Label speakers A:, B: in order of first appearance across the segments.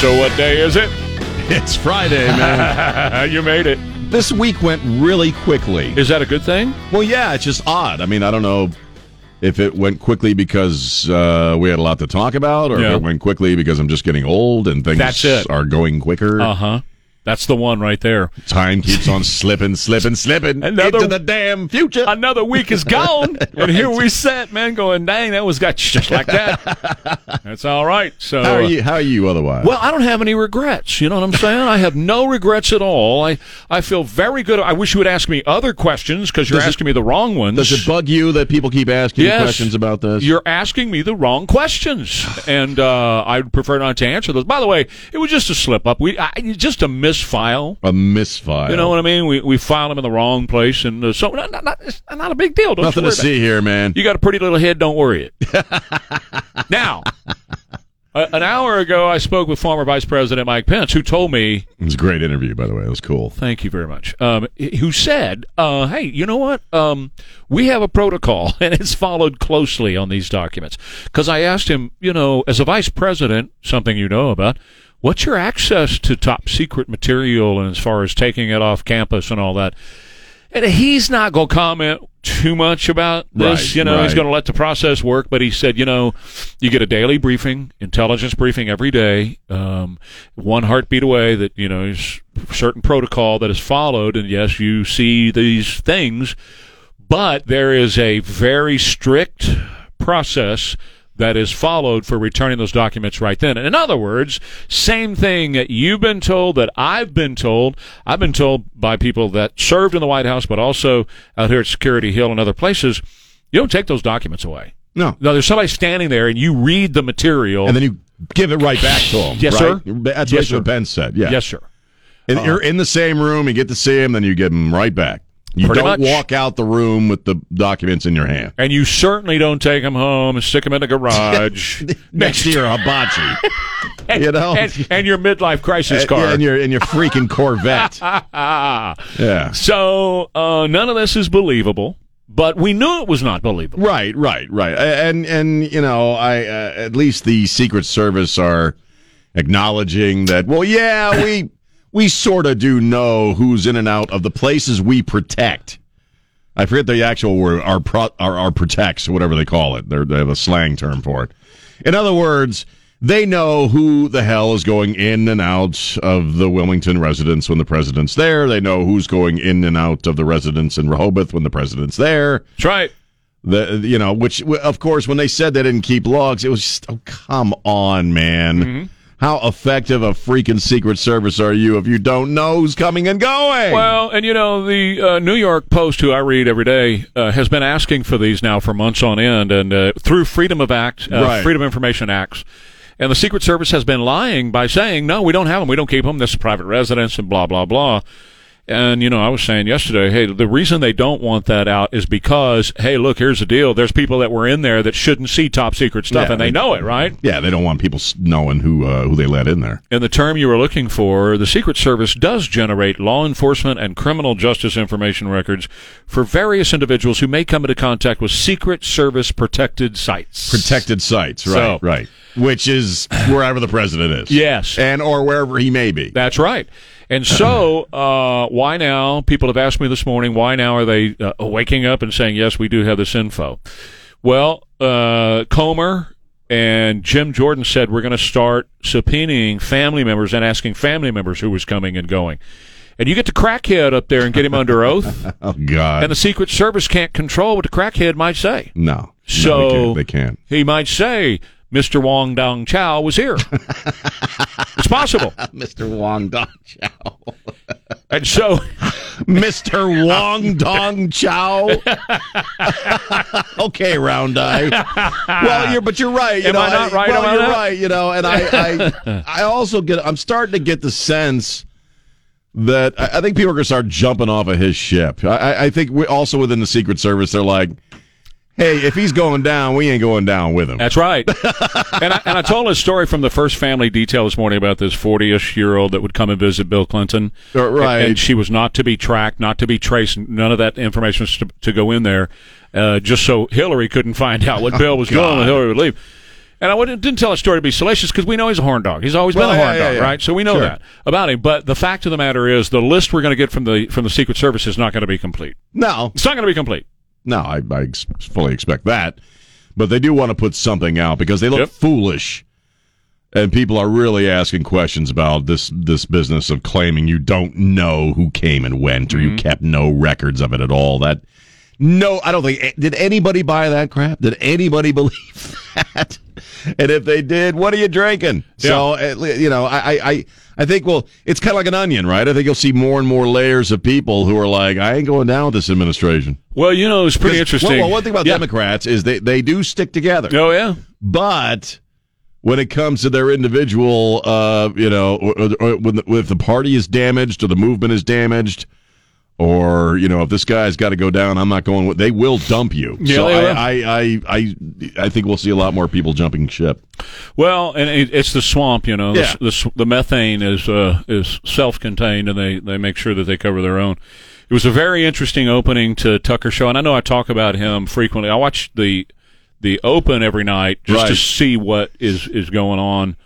A: So what day is it? Uh,
B: It's Friday, man.
A: you made it.
B: this week went really quickly.
A: Is that a good thing?
B: Well, yeah, it's just odd. I mean, I don't know if it went quickly because uh, we had a lot to talk about, or
A: Yeah.
B: if it went quickly because I'm just getting old and things
A: That's it. Uh.
B: are going quicker.
A: huh. Uh-huh. That's the one right there.
B: Time keeps on slipping, slipping, slipping
A: Another-
B: into the damn future.
A: Another week is gone, and here we sat, man, going, "Dang, that was got just like that." That's all right. So
B: how are
A: uh,
B: you? How are you otherwise?
A: Well, I don't have any regrets. You know what I'm saying? I have no regrets at all. I, I feel very good. I wish you would ask me other questions because you're
B: Does it-
A: asking me the wrong ones.
B: Does it bug you that people keep asking
A: Yes.
B: questions about this?
A: You're asking me the wrong questions, and uh, I'd prefer not to answer those. By the way, it was just a slip up. We I, just a misfile.
B: a misfile.
A: You know what I mean? We we filed them in the wrong place, and uh, so not, not, not, it's not a big deal. Don't you
B: Nothing
A: worry
B: to
A: about it.
B: see here, man.
A: You got a pretty little head. Don't worry it. now, a, an hour ago, I spoke with former Vice President Mike Pence, who told me
B: It was a great interview, by the way. It was cool.
A: Thank you very much. Um, who said, uh, "Hey, you know what? Um, we have a protocol, and it's followed closely on these documents." Because I asked him, you know, as a vice president, something you know about. What's your access to top secret material, and as far as taking it off campus and all that? And he's not going to comment too much about this.
B: Right,
A: you know, he's
B: right.
A: going to let the process work. But he said, you know, you get a daily briefing, intelligence briefing every day, um, one heartbeat away that, you know, is certain protocol that is followed. And yes, you see these things, but there is a very strict process that is followed for returning those documents right then. And in other words, same thing that you've been told that I've been told. I've been told by people that served in the White House, but also out here at Security Hill and other plaplaces, you don't take those documents away.
B: No.
A: No, there's somebody standing there, and you read the material.
B: And then you give it right back to him.
A: Yes, sir.
B: right? That's
A: Yes,
B: what
A: sir.
B: Ben said. Yeah.
A: yes, Uh-huh. sir.
B: And you're in the same room, you get to see him, then you give him right back. You
A: Pretty much.
B: don't walk out the room with the documents in your hand.
A: And you certainly don't take them home and stick them in the garage
B: Next to your hibachi. you know?
A: and, and your midlife crisis
B: And-
A: card. Ah.
B: And your in your freaking Corvette. yeah.
A: So uh, none of this is believable, but we knew it was not believable.
B: Right, right, right. A- And and you know, I uh, at least the Secret Service are acknowledging that. Well, yeah, we we sort of do know who's in and out of the places we protect. I forget the actual word, our pro, our, our protects, whatever they call it. They're, they have a slang term for it. In other words, they know who the hell is going in and out of the Wilmington residence when the president's there. They know who's going in and out of the residence in Rehoboth when the president's there
A: That's right.
B: the you know which of course when they said they didn't keep logs it was just oh come on man
A: Mm-hmm.
B: how effective a freaking secret service are you if you don't know who's coming and going
A: Well, and you know, the uh, New York Post, who I read every day, uh, has been asking for these now for months on end, and uh, through Freedom of Act, uh,
B: Right.
A: Freedom of Information Acts. And the Secret Service has been lying by saying, no, we don't have them. We don't keep them. This is private residence and blah, blah, blah. And, you know, I was saying yesterday, hey, the reason they don't want that out is because, hey, look, here's the deal. There's people that were in there that shouldn't see top secret stuff,
B: Yeah,
A: and they know it, right?
B: yeah they don't want people s- knowing who uh, who they let in there
A: And the term you were looking for, the Secret Service does generate law enforcement and criminal justice information records for various individuals who may come into contact with Secret Service protected sites.
B: protected sites right
A: So-
B: right which is wherever the president is
A: Yes.
B: and or wherever he may be
A: That's right. And so, uh, why now? People have asked me this morning, why now are they uh, waking up and saying, yes, we do have this info? Well, uh, Comer and Jim Jordan said we're going to start subpoenaing family members and asking family members who was coming and going. And you get the crackhead up there and get him under oath,
B: oh god
A: and the Secret Service can't control what the crackhead might say.
B: no No, they
A: So-
B: can't- they can't
A: He might say, Mr. Wong Dong Chow was here. it's possible.
B: Mr. Wong Dong Chow.
A: And so.
B: Mr. Wong Dong Chow. okay, Round Eye. Well, you're but you're right. You
A: Am
B: know,
A: I not right
B: Well,
A: about
B: you're
A: that?
B: right. You know, and I, I, I also get. I'm starting to get the sense that I, I think people are going to start jumping off of his ship. I- I, I think we also within the Secret Service, they're like, "Hey, if he's going down, we ain't going down with him."
A: That's right. and, I, and I told a story from the first family detail this morning about this 40 ish year old that would come and visit Bill Clinton.
B: Uh, right.
A: And, and she was not to be tracked, not to be traced. None of that information was to,
B: Oh,
A: to go in there, uh, just so Hillary couldn't find out what Bill was doing when Hillary would leave. And I wouldn't- didn't tell that story to be salacious because we know he's a horn dog. He's always
B: Well,
A: been a
B: yeah,
A: horn
B: yeah,
A: dog,
B: yeah.
A: right? So we know
B: Sure.
A: that about him. But the fact of the matter is, the list we're going to get from the from the Secret Service is not going to be complete.
B: No,
A: It's not going to be complete.
B: no, I, I ex- fully expect that. But they do want to put something out because they look
A: Yep.
B: foolish. And people are really asking questions about this this business of claiming you don't know who came and went or you kept no records of it at all. That no, I don't think eh, did anybody buy that crap? Did anybody believe that? And if they did, what are you drinking? So at le- you know, I I- I I think well, it's kind of like an onion, right? I think you'll see more and more layers of people who are like, I ain't going down with this administration.
A: Well, you know, it's pretty
B: Because-
A: interesting.
B: Well, well, one thing about
A: yeah.
B: Democrats is they, they do stick together,
A: Oh yeah.
B: but when it comes to their individual, uh, you know, or, or- or when the, if the party is damaged or the movement is damaged, or you know, if this guy's got to go down, I'm not going. with They will dump you.
A: Yeah,
B: so
A: they will.
B: I, I, I, I, I think we'll see a lot more people jumping ship.
A: Well, and it, it's the swamp, you know.
B: Yeah.
A: The, s- the, methane is uh, is self-contained, and they, they make sure that they cover their own. It was a very interesting opening to Tucker Show, and I know I talk about him frequently. I watch the the Open every night just to
B: Right.
A: see what is is going on.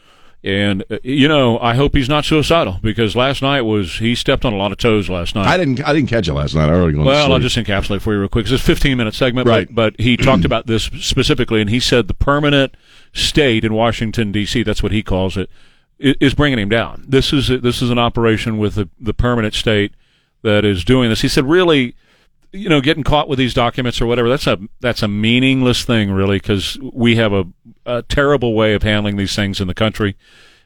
A: And uh, you know, I hope he's not suicidal because last night was he stepped on a lot of toes last night.
B: I didn't, I didn't catch it last night. I already went to
A: Well, I'll
B: sleep.
A: just encapsulate for you real quick. 'cause It's a 15 minute segment,
B: Right.
A: but, but he talked about this specifically, and he said the permanent state in Washington, D.C., that's what he calls it, i- is bringing him down. This is this is an operation with the, the permanent state that is doing this. He said, really, you know, getting caught with these documents or whatever, that's a that's a meaningless thing, really, because we have a, a terrible way of handling these things in the country.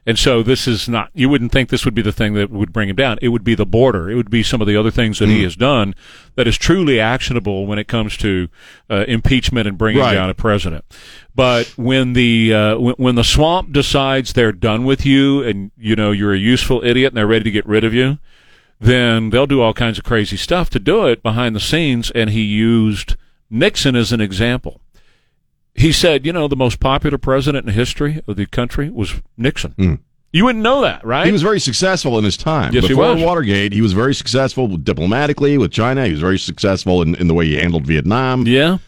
A: And so this is not, you wouldn't think this would be the thing that would bring him down. It would be the border. It would be some of the other things that he has done that is truly actionable when it comes to uh, impeachment and bringing
B: Right.
A: down a president. But when the, uh, when, when the swamp decides they're done with you and, you know, you're a useful idiot and they're ready to get rid of you, then they'll do all kinds of crazy stuff to do it behind the scenes. And he used Nixon as an example. He said, you know, the most popular president in history of the country was Nixon. You wouldn't know that, right?
B: Hmm. He was very successful in his time.
A: Yes, he
B: Before
A: was.
B: Watergate, he was very successful diplomatically with China. He was very successful in, in the way he handled Vietnam.
A: yeah.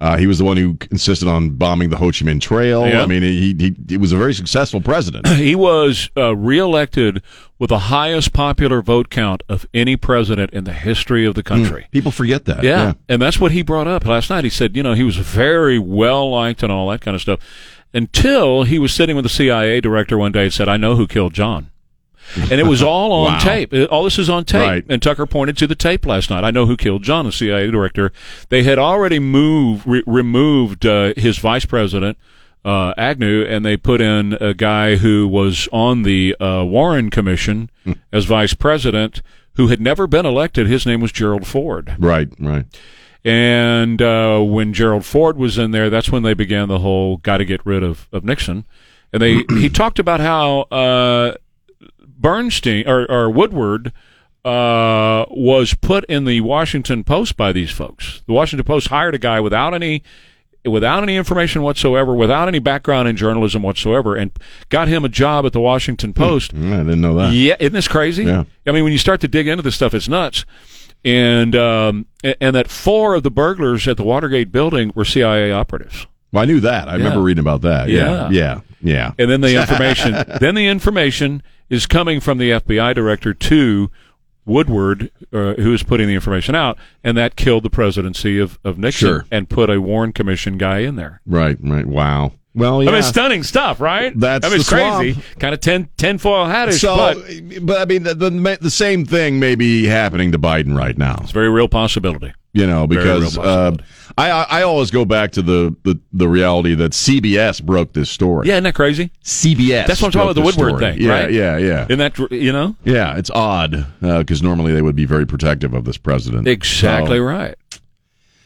B: Uh, he was the one who insisted on bombing the Ho Chi Minh Trail.
A: Yeah.
B: I mean, he, he he was a very successful president.
A: He was uh, reelected with the highest popular vote count of any president in the history of the country.
B: People forget that.
A: Yeah. And that's what he brought up last night. He said, you know, he was very well liked and all that kind of stuff until he was sitting with the CIA director one day and said, I know who killed John. And it was all on
B: Wow.
A: tape. It- All this is on tape.
B: Right.
A: And Tucker pointed to the tape last night. I know who killed John, the CIA director. They had already moved, re- removed uh, his vice president, uh, Agnew, and they put in a guy who was on the uh, Warren Commission
B: Hmm.
A: as vice president who had never been elected. His name was Gerald Ford.
B: Right, right.
A: And uh, when Gerald Ford was in there, that's when they began the whole "got to get rid of, of Nixon." And they he talked about how uh, Bernstein or, or Woodward uh, was put in the Washington Post by these folks. The Washington Post hired a guy without any without any information whatsoever, without any background in journalism whatsoever, and got him a job at the Washington Post.
B: Mm, I didn't know that.
A: Yeah, isn't this crazy?
B: Yeah.
A: I mean, when you start to dig into this stuff, it's nuts. And um, a- and that four of the burglars at the Watergate building were CIA operatives.
B: Well, I knew that. I remember reading about that.
A: Yeah.
B: Yeah, yeah, yeah.
A: And then the information, then the information is coming from the FBI director to Woodward, uh, who is putting the information out, and that killed the presidency of, of Nixon
B: Sure.
A: and put a Warren Commission guy in there.
B: Right, right. Wow. Well, yeah.
A: I mean, it's stunning stuff, right?
B: That's
A: I mean, it's
B: the
A: crazy, kind of ten tinfoil hattish,
B: so,
A: but
B: but, I mean, the, the the same thing may be happening to Biden right now.
A: it's a very real possibility.
B: you know,
A: real
B: because uh,
A: possibility.
B: I I I always go back to the, the the reality that CBS broke this story.
A: Yeah, isn't that crazy?
B: CBS.
A: That's what I'm talking
B: broke
A: about, the
B: this
A: Woodward
B: story.
A: thing,
B: Yeah,
A: right?
B: yeah, yeah,
A: Isn't that you know
B: yeah. It's odd because normally they would be very protective of this president.
A: exactly right? Oh.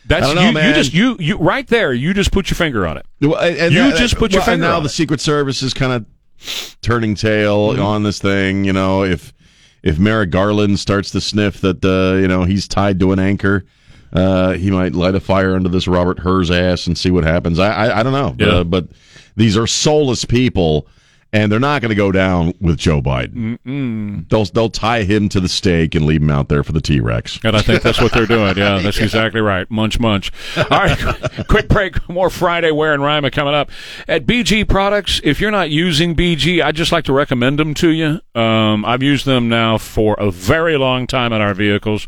A: That's
B: I don't know,
A: you,
B: man.
A: you just you you right there. You just put your finger on it.
B: So, well, and, and
A: You
B: that-
A: just put your
B: well, and
A: finger
B: now
A: on
B: the
A: it.
B: Secret Service is kind of turning tail on this thing. You know, if if Merrick Garland starts to sniff that uh, you know he's tied to an anchor. Uh, he might light a fire under this Robert Herr's ass and see what happens. I I, I don't know,
A: Yeah.
B: uh, but these are soulless people, and they're not going to go down with Joe Biden. They'll they'll tie him to the stake and leave him out there for the T Rex.
A: And I think that's what they're doing. Yeah, that's exactly right. Munch, munch. All right, quick break. More Friday Wear and Rhyme are coming up. At BG Products, if you're not using BG, I'd just like to recommend them to you. Um, I've used them now for a very long time in our vehicles.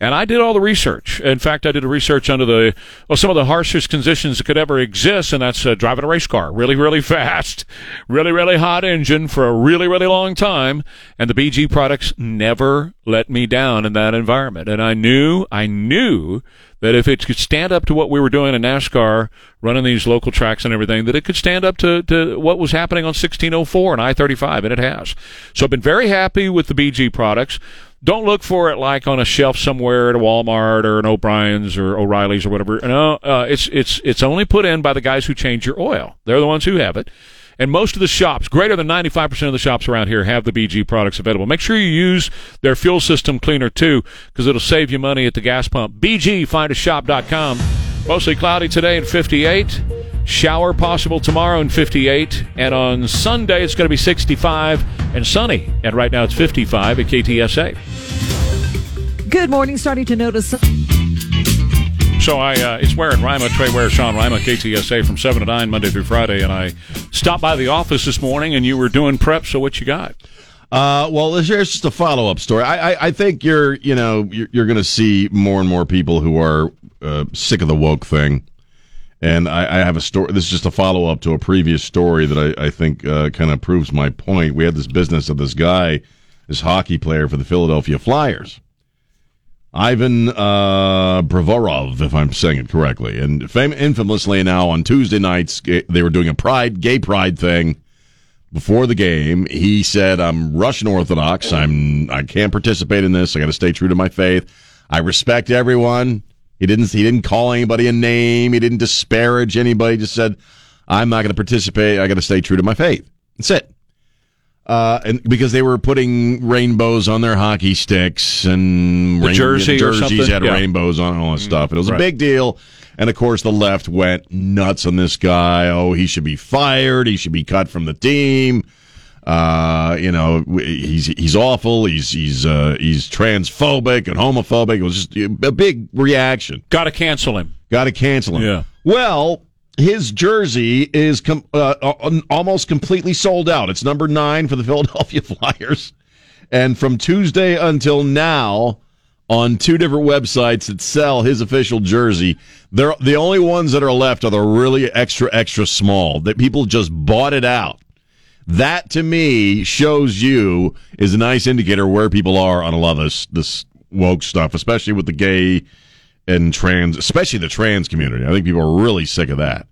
A: And I did all the research. In fact, I did a research under the well, some of the harshest conditions that could ever exist, and that's uh, driving a race car really, really fast, really, really hot engine for a really, really long time. And the BG products never let me down in that environment. And I knew, I knew that if it could stand up to what we were doing in NASCAR, running these local tracks and everything, that it could stand up to, to what was happening on 1604 and I 35, and it has. So I've been very happy with the BG products. Don't look for it like on a shelf somewhere at a Walmart or an O'Brien's or O'Reilly's or whatever. No, uh, it's it's it's only put in by the guys who change your oil. They're the ones who have it. And most of the shops, greater than 95% of the shops around here, have the BG products available. Make sure you use their fuel system cleaner too, because it'll save you money at the gas pump. BG, findashop.com. Mostly cloudy today in 58. Shower possible tomorrow in 58. And on Sunday, it's going to be 65 and sunny. And right now, it's 55 at KTSA.
C: Good morning. Starting to notice.
A: So I, uh, it's Warren Rima, Trey Ware, Sean Rima, KTSA from 7 to 9, Monday through Friday. And I stopped by the office this morning and you were doing prep, so what you got?
B: Uh, well, this- here's just a follow up story. I, I, I think you're, you know, you're, you're going to see more and more people who are uh, sick of the woke thing. And I, I have a story. This is just a follow up to a previous story that I, I think uh, kind of proves my point. We had this business of this guy, this hockey player for the Philadelphia Flyers, Ivan uh, Bravorov, if I'm saying it correctly. And fam- infamously now on Tuesday nights, eh, they were doing a pride, gay pride thing before the game, he said, "I'm Russian Orthodox. I'm I can't participate in this. I got to stay true to my faith. I respect everyone." He didn't he didn't call anybody a name. He didn't disparage anybody. Just said, "I'm not going to participate. I got to stay true to my faith." That's it. Uh, and because they were putting rainbows on their hockey sticks and
A: The jersey or
B: jerseys
A: something?
B: had
A: Yeah. Mm-hmm.
B: rainbows on and all that stuff. And it was a
A: right.
B: big deal. And of course, the left went nuts on this guy. Oh, he should be fired. He should be cut from the team uh, you know, w- he's he's awful. He's he's uh, he's transphobic and homophobic. It was just a big reaction.
A: Got to cancel him.
B: Got to cancel him.
A: Yeah.
B: Well, his jersey is com- uh, al- almost completely sold out. It's number nine for the Philadelphia Flyers, and from Tuesday until now, on two different websites that sell his official jersey, they're the only ones that are left are the really extra extra small that people just bought it out. That to me shows you is a nice indicator where people are on a lot of this this woke stuff, especially with the gay and trans, especially the trans community. I think people are really sick of that,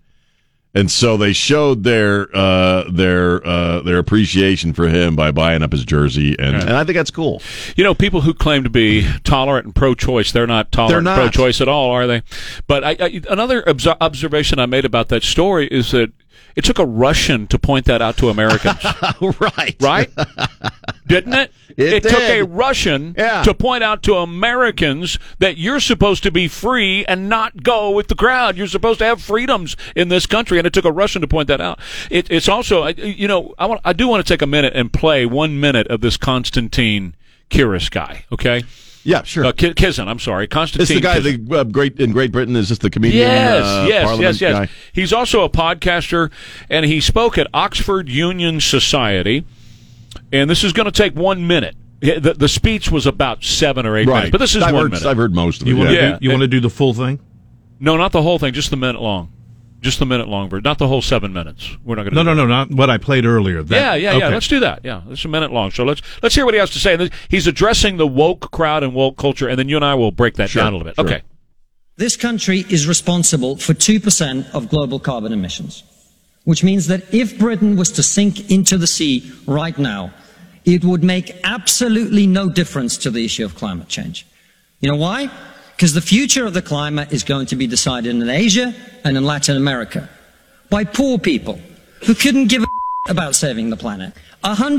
B: and so they showed their uh, their uh, their appreciation for him by buying up his jersey, and, and I think that's cool.
A: You know, people who claim to be tolerant and pro-choice, they're not tolerant
B: They're
A: and
B: not.
A: pro-choice at all, are they? But I, I, another obs- observation I made about that story is that it took a Russian to point that out to Americans,
B: right,
A: right? Didn't it?
B: It
A: took
B: did.
A: a Russian
B: Yeah.
A: to point out to Americans that you're supposed to be free and not go with the crowd. You're supposed to have freedoms in this country, and it took a Russian to point that out. It, it's also, I- you know, I want, I do want to take a minute and play one minute of this Constantine Kiris guy. Okay,
B: Yeah, sure.
A: uh, Ki- Kizan. I'm sorry, Constantine.
B: it's the guy
A: Kizan.
B: that uh, great in Great Britain is this the comedian?
A: Yes,
B: uh,
A: yes,
B: Parliament
A: yes, yes.
B: guy?
A: He's also a podcaster, and he spoke at Oxford Union Society. And this is going to take one minute. The, the speech was about seven or eight
B: Right,
A: minutes, but this is
B: I've
A: one
B: heard,
A: minute.
B: I've heard most of
D: You
B: it.
D: want to
B: yeah.
A: Yeah.
D: do, you want to do the full thing?
A: No, not the whole thing. Just the minute long. Just the minute long version. Not the whole seven minutes. We're not going to.
D: No, no, no, not what I played earlier. That-
A: Yeah, yeah, yeah.
D: okay.
A: Let's do that. Yeah, it's a minute long. So let's let's hear what he has to say. And th- He's addressing the woke crowd and woke culture, and then you and I will break that down a little bit.
B: sure.
A: Okay.
E: This country is responsible for 2% of global carbon emissions, which means that if Britain was to sink into the sea right now, it would make absolutely no difference to the issue of climate change. You know why? Because the future of the climate is going to be decided in Asia and in Latin America by poor people who couldn't give a about saving the planet.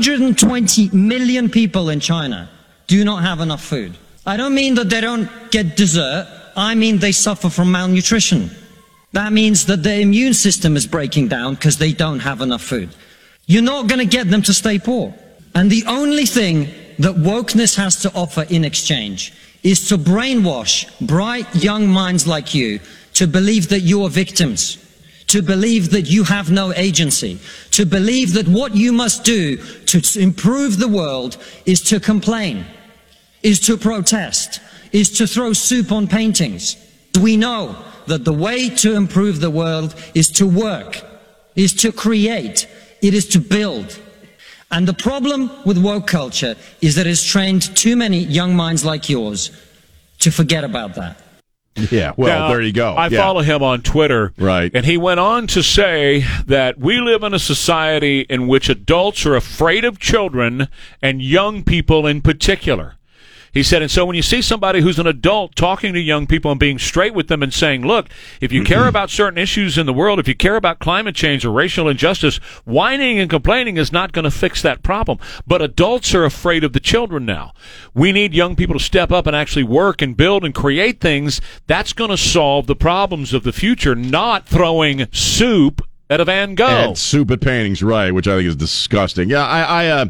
E: 120 million people in China do not have enough food. I don't mean that they don't get dessert. I mean they suffer from malnutrition. That means that their immune system is breaking down because they don't have enough food. You're not going to get them to stay poor. And the only thing that wokeness has to offer in exchange is to brainwash bright young minds like you to believe that you are victims, to believe that you have no agency, to believe that what you must do to s- improve the world is to complain, is to protest, is to throw soup on paintings. We know that the way to improve the world is to work, is to create, it is to build. And the problem with woke culture is that it's trained too many young minds like yours to forget about that.
B: Yeah. Well,
A: Now,
B: there you go.
A: I
B: yeah.
A: follow him on Twitter.
B: Right.
A: And he went on to say that we live in a society in which adults are afraid of children and young people in particular. He said, and so when you see somebody who's an adult talking to young people and being straight with them and saying, look, if you
B: Mm-hmm.
A: care about certain issues in the world, if you care about climate change or racial injustice, whining and complaining is not going to fix that problem. But adults are afraid of the children now. We need young people to step up and actually work and build and create things. That's going to solve the problems of the future, not throwing soup at a Van Gogh.
B: And stupid paintings, right? Which I think is disgusting. Yeah, I, I uh,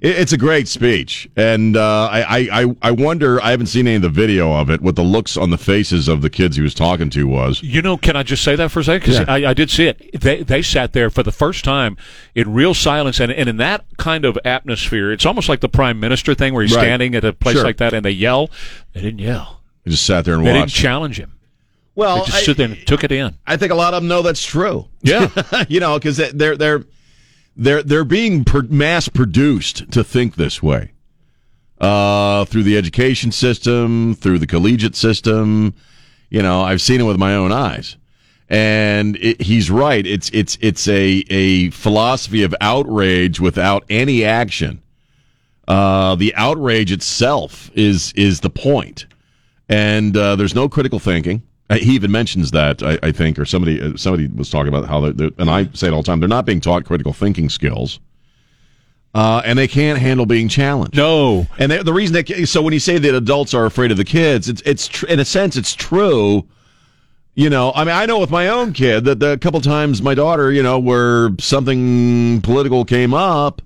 B: it, it's a great speech, and uh, I, I, I- I wonder. I haven't seen any of the video of it. What the looks on the faces of the kids he was talking to was.
A: You know, can I just say that for a second? Because
B: Yeah.
A: I, I did see it. They they sat there for the first time in real silence, and, and in that kind of atmosphere, it's almost like the prime minister thing where he's
B: Right.
A: standing at a place
B: Sure.
A: like that and they yell. They didn't yell.
B: I just sat there and
A: They didn't
B: watched.
A: challenge him. They
B: well,
A: just stood there and took it in.
B: I think a lot of them know that's true.
A: Yeah.
B: you know, because they're they're they're they're being per- mass produced to think this way uh, through the education system, through the collegiate system. You know, I've seen it with my own eyes, and it, he's right. It's it's it's a a philosophy of outrage without any action. Uh, the outrage itself is is the point and uh, there's no critical thinking. Uh, He even mentions that I, I think, or somebody uh, somebody was talking about how they're, they're- and I say it all the time. They're not being taught critical thinking skills, uh, and they can't handle being challenged.
A: No.
B: And they, the reason that so when you say that adults are afraid of the kids, it's it's tr- in a sense it's true. You know, I mean, I know with my own kid that the couple times my daughter, you know, where something political came up,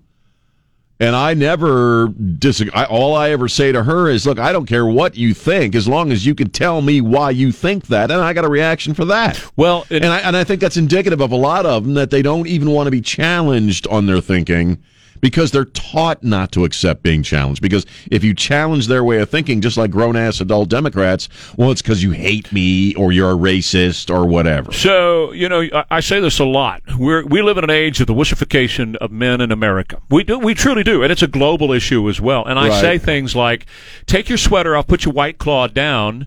B: and I never disagree. I, all I ever say to her is, "Look, I don't care what you think, as long as you can tell me why you think that, and I got a reaction for that."
A: Well, it,
B: and I and I think that's indicative of a lot of them that they don't even want to be challenged on their thinking because they're taught not to accept being challenged. Because if you challenge their way of thinking, just like grown ass adult Democrats, well, it's because you hate me or you're a racist or whatever.
A: So you know, I, I say this a lot. We're, we live in an age of the wussification of men in America. We do, we truly do, and it's a global issue as well. And I
B: Right.
A: say things like, "Take your sweater off, put your white claw down."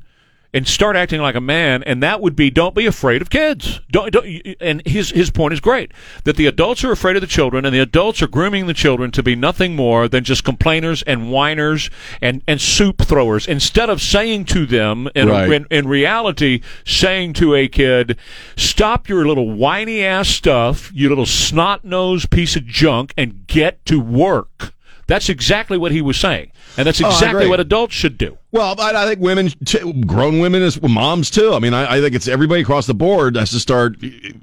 A: And start acting like a man, and that would be don't be afraid of kids. Don't, don't, and his his point is great that the adults are afraid of the children, and the adults are grooming the children to be nothing more than just complainers and whiners and, and soup throwers. Instead of saying to them in, a-
B: Right.
A: in, in reality saying to a kid, stop your little whiny ass stuff, you little snot nosed piece of junk, and get to work. That's exactly what he was saying. And that's
B: Oh, I
A: exactly
B: agree.
A: what adults should do.
B: Well, I, I think women, t- grown women, as well, moms too. I mean, I, I think it's everybody across the board has to start.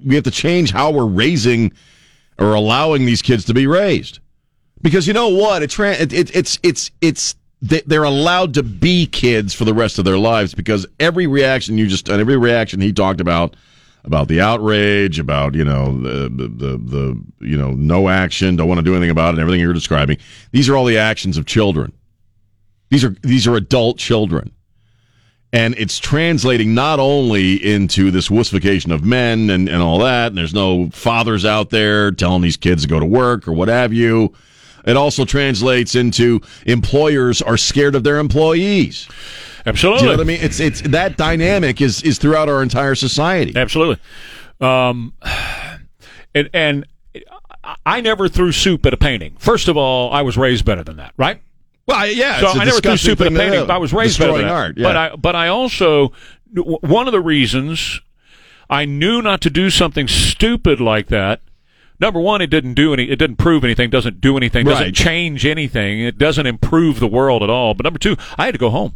B: We have to change how we're raising or allowing these kids to be raised, because you know what? It, tran it, it it's it's it's they- they're allowed to be kids for the rest of their lives because every reaction you just and every reaction he talked about about the outrage, about you know the the the, the you know no action, don't want to do anything about it, and everything you're describing. These are all the actions of children. These are these are adult children. And it's translating not only into this wussification of men and, and all that, and there's no fathers out there telling these kids to go to work or what have you. It also translates into employers are scared of their employees. Do
A: Absolutely.
B: you know what I mean? It's it's that dynamic is is throughout our entire society.
A: Absolutely. Um, and and I- I never threw soup at a painting. First of all, I was raised better than that, right?
B: Well, I- yeah.
A: so
B: it's a
A: I never threw
B: disgusting
A: soup at a
B: thing to
A: painting.
B: do.
A: But I was raised better
B: destroying
A: than that.
B: art. Yeah.
A: But I but I also w- one of the reasons I knew not to do something stupid like that. Number one, it didn't do any. It didn't prove anything. Doesn't do anything. Doesn't
B: Right.
A: change anything. It doesn't improve the world at all. But number two, I had to go home.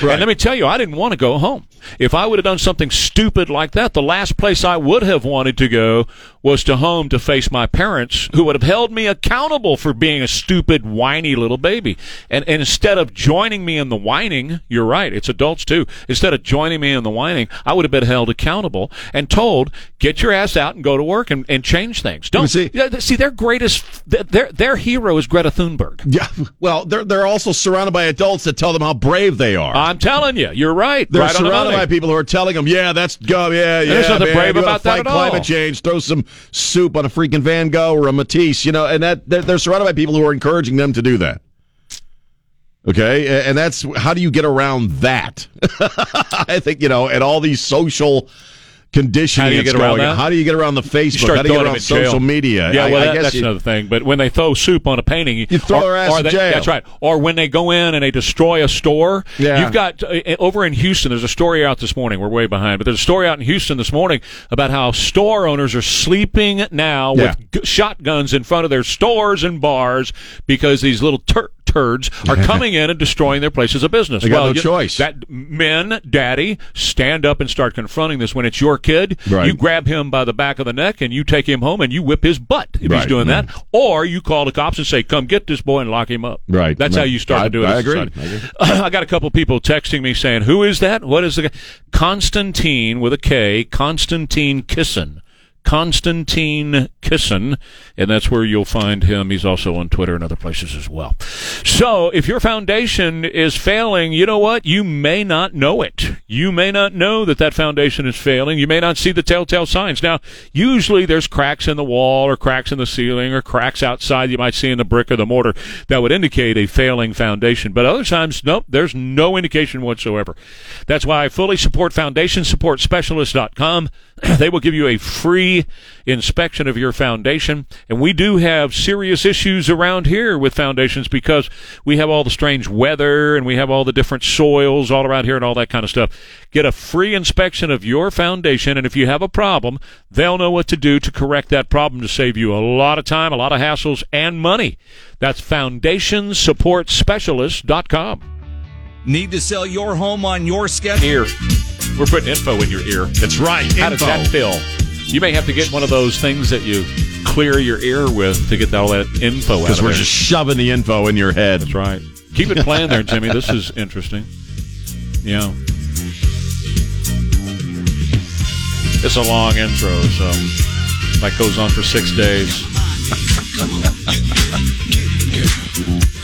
A: And let me tell you, I didn't want to go home. If I would have done something stupid like that, the last place I would have wanted to go was to home to face my parents, who would have held me accountable for being a stupid, whiny little baby. And, and instead of joining me in the whining, you're right, it's adults too. Instead of joining me in the whining, I would have been held accountable and told, get your ass out and go to work and, and change things. Don't
B: see-
A: Yeah, th- see their greatest, th- their their hero is Greta Thunberg.
B: Yeah. Well, they're they're also surrounded by adults that tell them how brave they are.
A: I'm telling you, you're right.
B: they're
A: right on the
B: surrounded
A: money.
B: by people who are telling them, "Yeah, that's go, yeah, yeah."
A: there's nothing
B: man,
A: brave
B: you wanna
A: about that
B: fight
A: at
B: climate
A: all.
B: change. Throw some soup on a freaking Van Gogh or a Matisse, you know. And that they're, they're surrounded by people who are encouraging them to do that. Okay, A- and that's how do you get around that? I think you know, and all these social conditioning.
A: How do you
B: that's
A: get around
B: going on.
A: that?
B: How do you get around the
A: You
B: Facebook?
A: start
B: How do you get
A: throwing
B: around
A: them in jail.
B: social media?
A: Yeah,
B: I-
A: well,
B: I
A: that-
B: guess
A: that's
B: you-
A: another thing. But when they throw soup on a painting,
B: You throw
A: or,
B: their ass
A: or
B: in
A: they-
B: jail.
A: That's right. Or when they go in and they destroy a store.
B: Yeah.
A: You've got uh, over in Houston. There's a story out this morning. We're way behind, but there's a story out in Houston this morning about how store owners are sleeping now
B: Yeah.
A: with g- shotguns in front of their stores and bars because these little tur- turds are coming in and destroying their places of business.
B: They got
A: well,
B: no
A: you-
B: choice.
A: That men, daddy, stand up and start confronting this. When it's your kid,
B: Right.
A: you grab him by the back of the neck and you take him home and you whip his butt if
B: Right, Mm-hmm.
A: he's doing
B: right.
A: that, or you call the cops and say, "Come get this boy and lock him up."
B: Right,
A: That's
B: right.
A: how you start
B: I-
A: to do it. as
B: I
A: a
B: agree.
A: society.
B: I agree.
A: I got a couple people texting me saying, "Who is that? What is the guy? Constantine with a K? Constantine Kissin." Constantine Kissin, and that's where you'll find him. He's also on Twitter and other places as well. So, if your foundation is failing, you know what? You may not know it. You may not know that that foundation is failing. You may not see the telltale signs. Now, usually there's cracks in the wall or cracks in the ceiling or cracks outside you might see in the brick or the mortar that would indicate a failing foundation. But other times, nope, there's no indication whatsoever. That's why I fully support Foundation Support Specialist.com. they will give you a free inspection of your foundation. And we do have serious issues around here with foundations because we have all the strange weather and we have all the different soils all around here and all that kind of stuff. Get a free inspection of your foundation. And if you have a problem, they'll know what to do to correct that problem to save you a lot of time, a lot of hassles, and money. That's foundationsupportspecialist.com.
F: Need to sell your home on your schedule?
A: Ear. We're putting info in your ear.
B: That's right.
A: How does
B: info.
A: that feel? You may have to get one of those things that you clear your ear with to get all that info out.
B: Because
A: of
B: we're
A: there.
B: just shoving the info in your head.
A: That's right. Keep it playing there, Jimmy. This is interesting. Yeah. It's a long intro, so that goes on for six days.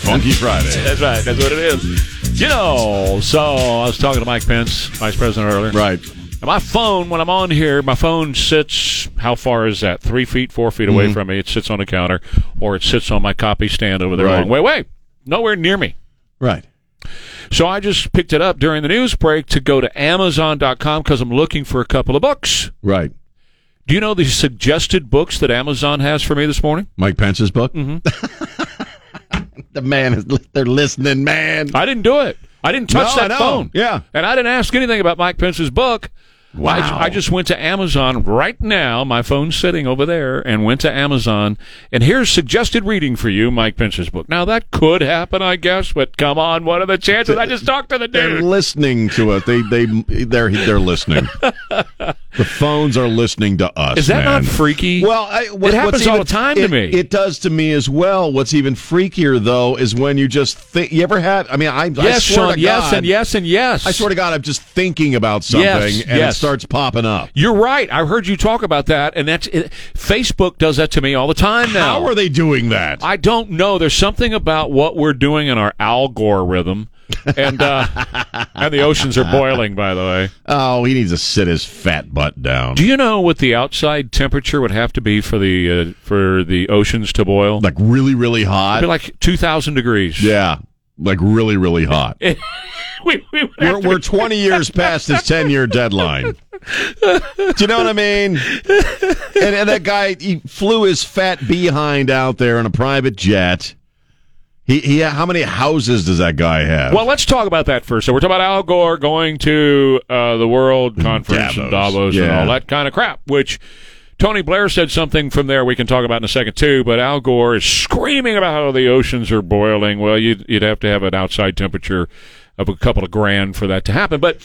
B: Funky Friday.
A: That's right. That's what it is. You know, so I was talking to Mike Pence, Vice President, earlier.
B: Right.
A: And my phone, when I'm on here, my phone sits, how far is that? Three feet, four feet away from me. It sits on the counter, or it sits on my copy stand over there.
B: Right.
A: Long way, way. Nowhere near me.
B: Right.
A: So I just picked it up during the news break to go to Amazon.com because I'm looking for a couple of books.
B: Right.
A: Do you know the suggested books that Amazon has for me this morning?
B: Mike Pence's book. Mm-hmm. the man is. They're listening, man.
A: I didn't do it. I didn't touch
B: No, I
A: that
B: know.
A: phone.
B: Yeah.
A: And I didn't ask anything about Mike Pence's book.
B: Wow.
A: I, I just went to Amazon right now. My phone's sitting over there and went to Amazon. And here's suggested reading for you Mike Pence's book. Now, that could happen, I guess, but come on. What are the chances? I just talked to the
B: They're
A: dude.
B: listening to us. They they they're they're listening. the phones are listening to us.
A: Is that
B: man.
A: not freaky?
B: Well, I, what,
A: It happens
B: what's
A: all
B: even-
A: the time to
B: it-
A: me.
B: It does to me as well. What's even freakier though is when you just think. You ever had? I mean, I, I
A: yes,
B: swear
A: Sean,
B: to
A: yes,
B: God,
A: and yes, and yes.
B: I swear to God, I'm just thinking about something,
A: Yes,
B: and
A: yes.
B: it starts popping up.
A: You're right. I've heard you talk about that, and that's it. Facebook does that to me all the time now.
B: How are they doing that?
A: I don't know. There's something about what we're doing in our algorithm, and uh, and the oceans are boiling. By the way,
B: Oh, he needs to sit his fat butt down.
A: do you know what the outside temperature would have to be for the uh, for the oceans to boil?
B: like really, really hot.
A: It'd be like 2,000 degrees.
B: yeah, like really, really hot.
A: we, we would have
B: We're, we're 20 years past his 10 year deadline. Do you know what I mean? And, and that guy, he flew his fat behind out there in a private jet. He, he, how many houses does that guy have?
A: Well, let's talk about that first. So we're talking about Al Gore going to uh, the World Conference in
B: Mm-hmm. Davos.
A: Davos and
B: Yeah.
A: all that kind of crap, which Tony Blair said something from there we can talk about in a second, too. But Al Gore is screaming about how the oceans are boiling. Well, you'd, you'd have to have an outside temperature of a couple of grand for that to happen. But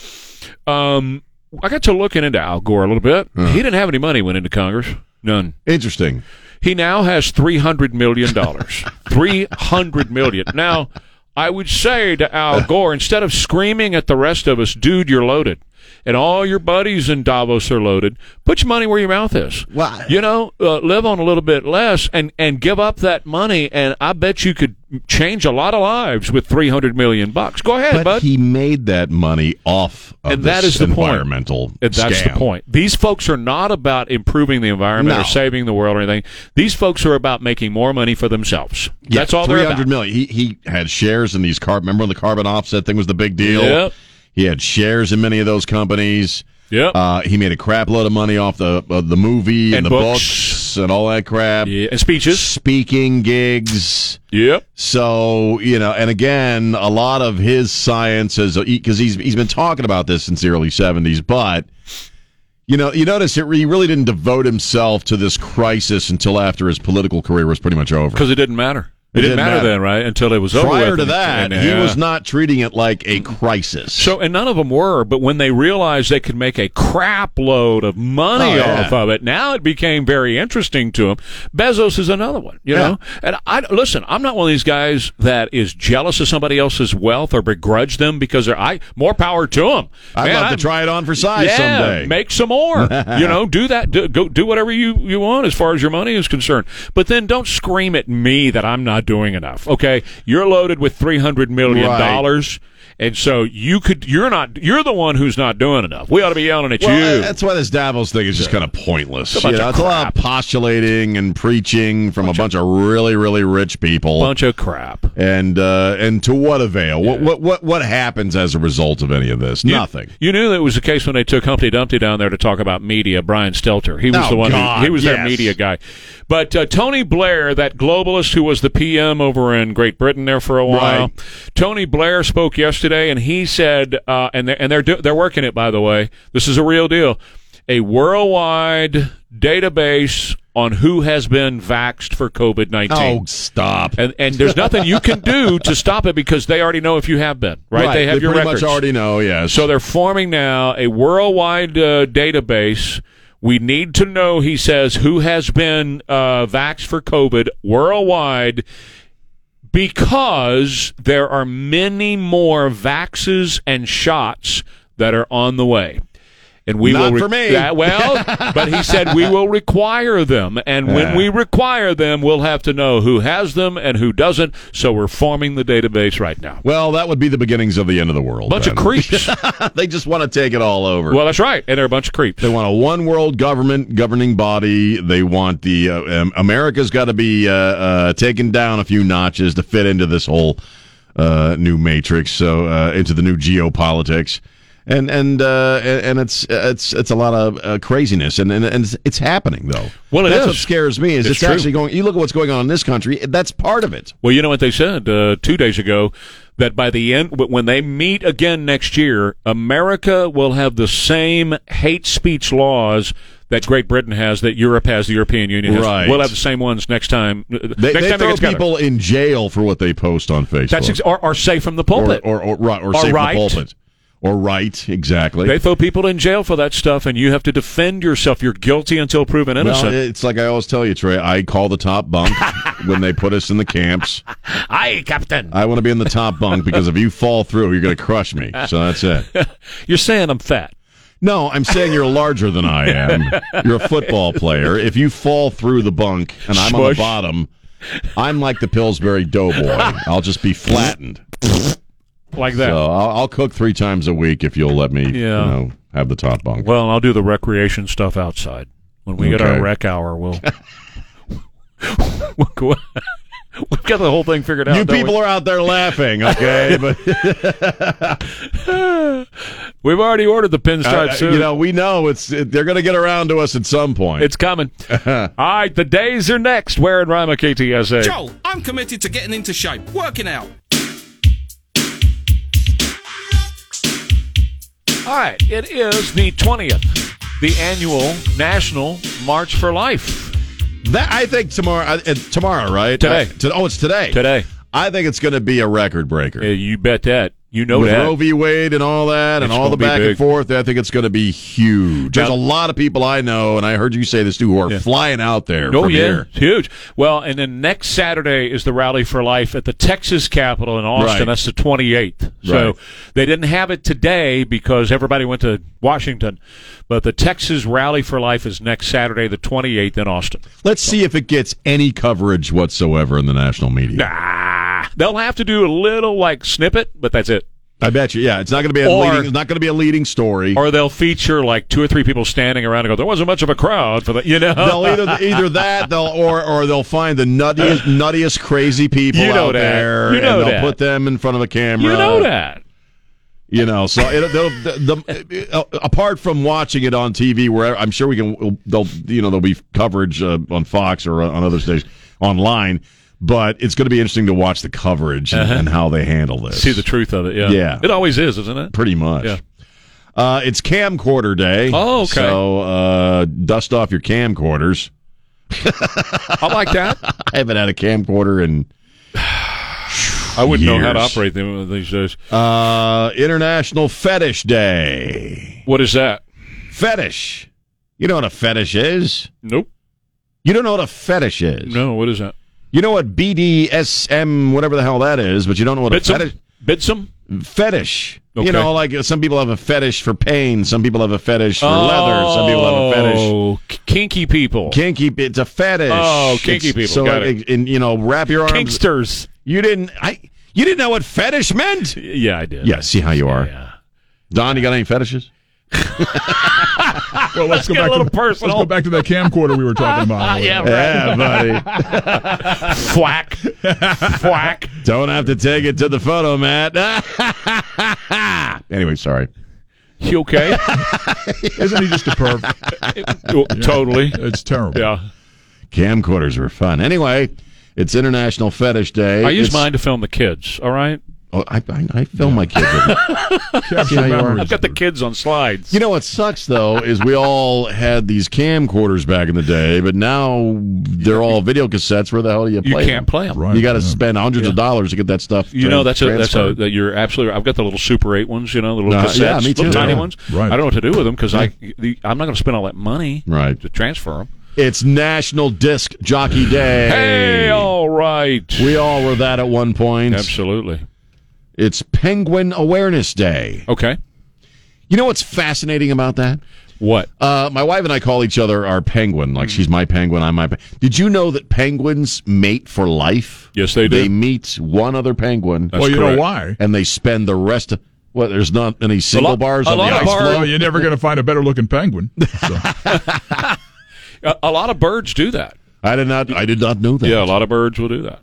A: um, I got to looking into Al Gore a little bit. He didn't have any money when into Congress. None.
B: Interesting.
A: He now has three hundred million dollars. three hundred million. Now, I would say to Al Gore, instead of screaming at the rest of us, "Dude, you're loaded," and all your buddies in Davos are loaded, put your money where your mouth is.
B: Why?
A: You know, uh, live on a little bit less, and and give up that money, and I bet you could change a lot of lives with three hundred million bucks. Go ahead,
B: But
A: bud.
B: he made that money off of
A: and that
B: this
A: is the
B: environmental
A: point. And that's
B: scam.
A: the point. These folks are not about improving the environment
B: No.
A: or saving the world or anything. These folks are about making more money for themselves.
B: Yeah,
A: that's all they're
B: 300
A: about.
B: million. He, he had shares in these carbon. Remember when the carbon offset thing was the big deal?
A: Yep.
B: He had shares in many of those companies.
A: Yep.
B: Uh, he made a crap load of money off the uh, the movie and,
A: And
B: the books.
A: books.
B: and all that crap.
A: yeah, and speeches.
B: Speaking gigs.
A: Yep.
B: So you know, and again, a lot of his science is because he's he's been talking about this since the early seventies, but. You know, you notice it, he really didn't devote himself to this crisis until after his political career was pretty much over.
A: Because it didn't matter. It,
B: didn't
A: didn't matter,
B: matter.
A: then, right? Until it was over.
B: Prior
A: with
B: to
A: and-
B: that,
A: and, uh,
B: he
A: yeah.
B: was not treating it like a crisis.
A: So, and none of them were, but when they realized they could make a crap load of money
B: Oh, yeah.
A: off of it, now it became very interesting to them. Bezos is another one, you
B: Yeah.
A: know? And I, listen, I'm not one of these guys that is jealous of somebody else's wealth or begrudge them because they're, I, more power to them.
B: I'd love to try it on for size
A: yeah,
B: someday.
A: Make some more. you know, do that. Do, go do whatever you, you want as far as your money is concerned. But then don't scream at me that I'm not doing enough. Okay, you're loaded with three hundred million dollars, and so you could. You're not. You're the one who's not doing enough. We ought to be yelling at
B: well,
A: you.
B: that's why this Davos thing is just kind of pointless.
A: bunch
B: You know,
A: of
B: it's a lot of postulating and preaching from a bunch of really, really rich people.
A: Bunch of crap.
B: and uh, and to what avail? What what what what happens as a result of any of this?
A: You-
B: Nothing.
A: You knew that was the case when they took Humpty Dumpty down there to talk about media. Brian Stelter, he was
B: Oh,
A: the one.
B: God,
A: who, he was their
B: yes.
A: media guy. But uh, Tony Blair, that globalist who was the PM over in Great Britain there for a while,
B: Right.
A: Tony Blair spoke yesterday, and he said, uh, and they're, and they're do- they're working it by the way. This is a real deal. A worldwide database on who has been vaxxed for COVID nineteen.
B: Oh, stop!
A: And, and there's nothing you can do to stop it because they already know if you have been, right? They have your
B: pretty
A: records.
B: much already know. Yeah.
A: So they're forming now a worldwide uh, database. We need to know, he says, who has been uh, vaxxed for COVID worldwide because there are many more vaxes and shots that are on the way. And we
B: Not
A: will
B: for me.
A: Yeah, well, but he said we will require them, and when we require them, we'll have to know who has them and who doesn't. So we're forming the database right now.
B: well, that would be the beginnings of the end of the world.
A: Bunch of
B: then.
A: creeps.
B: they just want to take it all over.
A: Well, that's right, and they're a bunch of creeps.
B: They want a one world government governing body. They want the uh, um, America's got to be uh, uh, taken down a few notches to fit into this whole uh, new matrix. So uh, into the new geopolitics, and and uh, and it's it's it's a lot of uh, craziness, and and, and it's, it's happening though.
A: Well, it
B: that's
A: is.
B: what scares me is it's,
A: It's true.
B: actually going. You look at what's going on in this country. That's part of it.
A: Well, you know what they said uh, two days ago that by the end, wh- when they meet again next year, America will have the same hate speech laws that Great Britain has, that Europe has, the European Union has.
B: Right.
A: We'll have the same ones next time. Uh,
B: They,
A: next
B: they
A: time
B: throw
A: get together.
B: people in jail for what they post on Facebook.
A: That's ex- or, or say from the
B: or
A: pulpit.
B: or or, right, or,
A: Or
B: save the
A: right.
B: pulpit. Or right, exactly.
A: they throw people in jail for that stuff, and you have to defend yourself. You're guilty until proven innocent.
B: Well, it's like I always tell you, Trey. I call the top bunk when they put us in the camps.
A: Aye, Captain.
B: I want to be in the top bunk because if you fall through, you're going to crush me. So that's it.
A: You're saying I'm fat.
B: No, I'm saying you're larger than I am. You're a football player. If you fall through the bunk and I'm on the
A: Smush.
B: bottom, I'm like the Pillsbury Doughboy. I'll just be flattened.
A: Like that.
B: So I'll, I'll cook three times a week if you'll let me. You
A: Yeah.
B: know, have the top bunk.
A: Well, I'll do the recreation stuff outside. When we get
B: Okay.
A: our rec hour, we'll. we'll go- We've got the whole thing figured out.
B: you
A: don't
B: people
A: we?
B: are out there laughing, okay? But
A: We've already ordered the pinstripe
B: uh,
A: suit.
B: you know, we know it's they're going to get around to us at some point.
A: it's coming.
B: Uh-huh.
A: All right, the days are next. Where in Rhyme of KTSA?
F: Joel, I'm committed to getting into shape, working out.
A: All right, it is the 20th, the annual National March for Life.
B: That I think tomorrow. uh, uh, tomorrow, right?
A: Today.
B: Uh, to- oh, it's today.
A: Today.
B: I think it's going to be a record breaker.
A: Uh, you bet that. You know
B: with
A: that.
B: Roe v. Wade and all that, and
A: It's
B: all
A: gonna
B: the
A: be
B: back
A: big.
B: and forth. I think it's going to be huge. There's
A: Now-
B: a lot of people I know, and I heard you say this too, who are
A: Yeah.
B: flying out there.
A: Oh
B: from
A: yeah,
B: here.
A: it's huge. Well, and then next Saturday is the Rally for Life at the Texas Capitol in Austin.
B: Right.
A: That's the 28th.
B: Right.
A: So they didn't have it today because everybody went to Washington, but the Texas Rally for Life is next Saturday, the 28th in Austin.
B: Let's see if it gets any coverage whatsoever in the national media.
A: Ah, they'll have to do a little like snippet, but that's it.
B: I bet you. Yeah, it's not going to be a
A: Or-
B: leading. It's not going to be a leading story.
A: Or they'll feature like two or three people standing around and go, "There wasn't much of a crowd for that," you know.
B: they'll either either that they'll or or they'll find the nuttiest nuttiest crazy people
A: You know
B: out
A: that.
B: there
A: You know
B: and they'll
A: that.
B: put them in front of a camera.
A: you know that.
B: You know, so it, they'll, the, the, uh, apart from watching it on TV, where I'm sure we can, they'll you know there'll be coverage uh, on Fox or on other stations online, but it's going to be interesting to watch the coverage and, and how they handle this.
A: Uh-huh. See the truth of it. Yeah.
B: Yeah.
A: It always is, isn't it?
B: pretty much.
A: Yeah.
B: Uh, it's camcorder day.
A: Oh, okay.
B: So uh, dust off your camcorders.
A: I like that.
B: I haven't had a camcorder in
A: I wouldn't know how to
B: Years.
A: operate them these days.
B: Uh, International Fetish Day.
A: What is that?
B: Fetish. You know what a fetish is?
A: Nope.
B: You don't know what a fetish is.
A: No, what is that?
B: You know what BDSM, whatever the hell that is, but you don't know what a
A: Bitsum?
B: fetish.
A: Bitsum?
B: Fetish.
A: Okay.
B: You know, like uh, some people have a fetish for pain. Some people have a fetish for leather. Some people have a fetish.
A: Oh, k- kinky people.
B: Kinky, it's a fetish.
A: Oh, kinky
B: It's-
A: people.
B: So,
A: Got
B: like, in you know, wrap your arms.
A: Kinksters.
B: You didn't, I, you didn't know what fetish meant.
A: Yeah, I did.
B: Yeah, see how you are,
A: Yeah.
B: Don. You got any fetishes?
D: Well, let's, go
A: Get a
D: back
A: little
D: to, let's go
A: personal.
D: back to that camcorder we were talking about. yeah,
B: Yeah, buddy.
A: Flack. Flack.
B: Don't have to take it to the photo, Matt. anyway, sorry.
A: You okay?
D: Isn't he just a perv?
A: Well, Totally.
D: It's terrible.
A: Yeah.
B: Camcorders are fun. Anyway, it's International Fetish Day.
A: I use
B: It's-
A: mine to film the kids, all right?
B: Oh, I, I, I film my kids. with it.
D: Capture
B: Yeah, you are.
D: memories.
A: I've got the kids on slides.
B: you know what sucks though is we all had these camcorders back in the day, but now they're all video cassettes. Where the hell do you
A: You
B: play?
A: can't play them.
D: Right,
B: You got to
D: yeah.
B: spend hundreds of dollars to get that stuff.
A: You know, that's a, that's a,
B: transferred.
A: that you're absolutely, I've got the little Super 8 ones, you know, the little
B: Uh,
A: cassettes,
B: yeah, me too.
A: little tiny
B: Yeah.
A: ones.
D: Right.
A: I don't know what to do with them because I, the, I'm not going to spend all that money
B: Right.
A: to transfer them.
B: It's National Disc Jockey Day.
A: Hey, all right.
B: we all were that at one point.
A: Absolutely.
B: It's Penguin Awareness Day.
A: Okay.
B: You know what's fascinating about that?
A: What?
B: Uh, my wife and I call each other our penguin. Like
A: Mm.
B: she's my penguin, I'm my. Pe- Did you know that penguins mate for life?
A: Yes, they do.
B: They meet one other penguin,
A: That's
D: well, you
A: correct.
D: know why?
B: and they spend the rest. of... What? There's not any single
A: lot-
B: bars
A: a
B: on the
A: lot of
B: ice
A: bars-
B: floe?
D: Well, you're never going to find a better looking penguin. So,
A: A, a lot of birds do that.
B: I did not. I did not know that.
A: Yeah, a lot of birds will do that.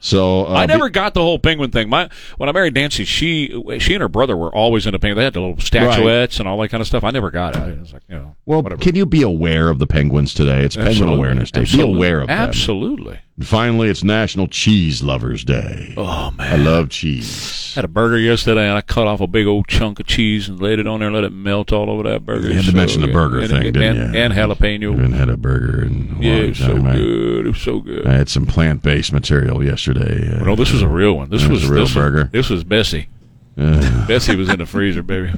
B: So uh,
A: I never got the whole penguin thing. My when I married Nancy, she she and her brother were always into penguins. They had the little statuettes and all that kind of stuff. I never got it. I was like, you know,
B: Well,
A: whatever.
B: can you be aware of the penguins today? It's Penguin Awareness Day.
A: Absolutely.
B: Be aware of that.
A: Absolutely.
B: And finally, it's National Cheese Lovers Day.
A: Oh
B: I
A: man,
B: love cheese.
A: I had a burger yesterday and I cut off a big old chunk of cheese and laid it on there and let it melt all over that burger.
B: You had to mention the burger
A: and,
B: thing,
A: and,
B: didn't you?
A: And jalapeno.
B: Haven't had a burger in a
A: Yeah,
B: long
A: it was so
B: time. I-
A: good. It was so good.
B: I had some plant based material yesterday. Uh,
A: No, this was a real one. This
B: That
A: was
B: was a real
A: this
B: burger.
A: this was Bessie. Bessie was in the freezer, baby.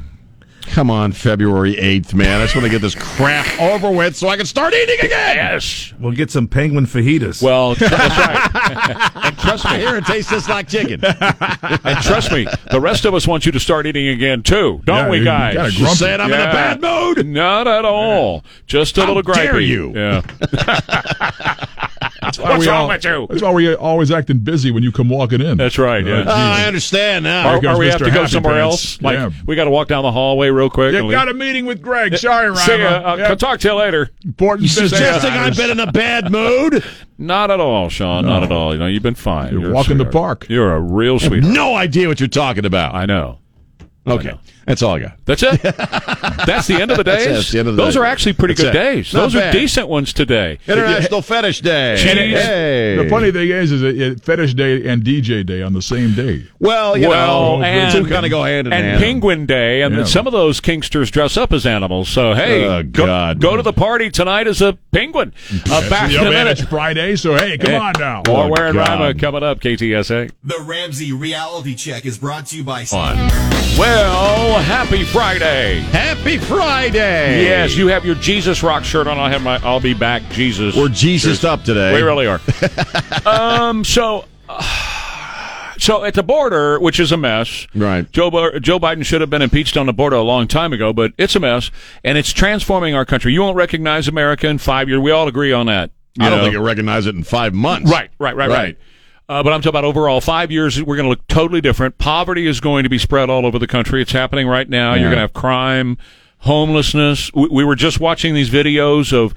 B: Come on, February 8th, man. I just want to get this crap over with so I can start eating again.
A: Yes.
D: we'll get some penguin fajitas.
A: Well, tr- that's right. and trust me,
B: Here, it tastes just like chicken.
A: and trust me, the rest of us want you to start eating again too, don't
D: Yeah,
A: we,
D: you- you
A: guys?
D: gotta grow
B: Just saying I'm in
A: Yeah.
B: a bad mood. Uh,
A: Not at all. Just a
B: How
A: little gripey.
B: dare you.
A: Yeah.
D: that's why
A: What's
D: we
A: wrong
D: all-
A: with you?
D: That's why we always acting busy when you come walking in.
A: That's right, yeah.
B: Oh,
D: Jesus.
B: I understand now.
A: Or,
D: Here comes
A: or we
D: Mr.
A: have to go
D: Happy
A: somewhere
D: Pants.
A: else. Like
D: Yeah.
A: we got to walk down the hallway real quick. and
D: You've
A: leave.
D: got a meeting with Greg. Sorry, Ryan.
A: See ya. Uh, Talk to you later.
D: Important business
B: Suggesting I've
D: matters.
B: been in a bad mood?
A: Not at all, Sean. Not at all. You know, you've been fine.
D: You're
A: a
D: walking the
A: sweetheart.
D: park.
A: You're a real sweetheart.
B: No idea what you're talking about.
A: I know.
B: Okay. That's all I got.
A: That's it. That's the end of the
B: That's
A: days.
B: it. It's the end of the
A: Those
B: day.
A: are actually pretty
B: That's
A: good
B: it.
A: days.
B: Not
A: Those
B: bad.
A: are decent ones today.
B: International Fetish Day.
A: Cheese.
B: Hey.
D: The funny thing is, is it, it Fetish Day and DJ Day on the same day.
B: Well, you
A: well,
B: know,
A: and,
B: the two kind of go hand in
A: and
B: hand.
A: Penguin Day, and
D: Yeah.
A: some of those kingsters dress up as animals. So hey,
B: Oh,
A: go,
B: God.
A: go to the party tonight as a penguin. Uh, back in
D: yeah,
A: a
D: man, it's
A: minute.
D: Friday, so hey, come
A: Eh,
D: on now.
A: More Ware
G: Oh,
A: and
B: God.
A: Rima coming up. KTSA.
H: The Ramsey Reality Check is brought to you by.
A: Well, happy Friday.
B: Happy Friday.
A: Yes, you have your Jesus Rock shirt on. I'll have my. I'll be back, Jesus.
B: We're Jesus up today.
A: We really are. um, so, so at the border, which is a mess,
B: Right.
A: Joe Bo- Joe Biden should have been impeached on the border a long time ago, but it's a mess, and it's transforming our country. You won't recognize America in five years. We all agree on that.
B: I don't
A: you know?
B: think you'll recognize it in five months.
A: Right, right, right, right. Uh, but I'm talking about overall five years. We're going to look totally different. Poverty is going to be spread all over the country. It's happening right now. You're going to have crime, homelessness. We, we were just watching these videos of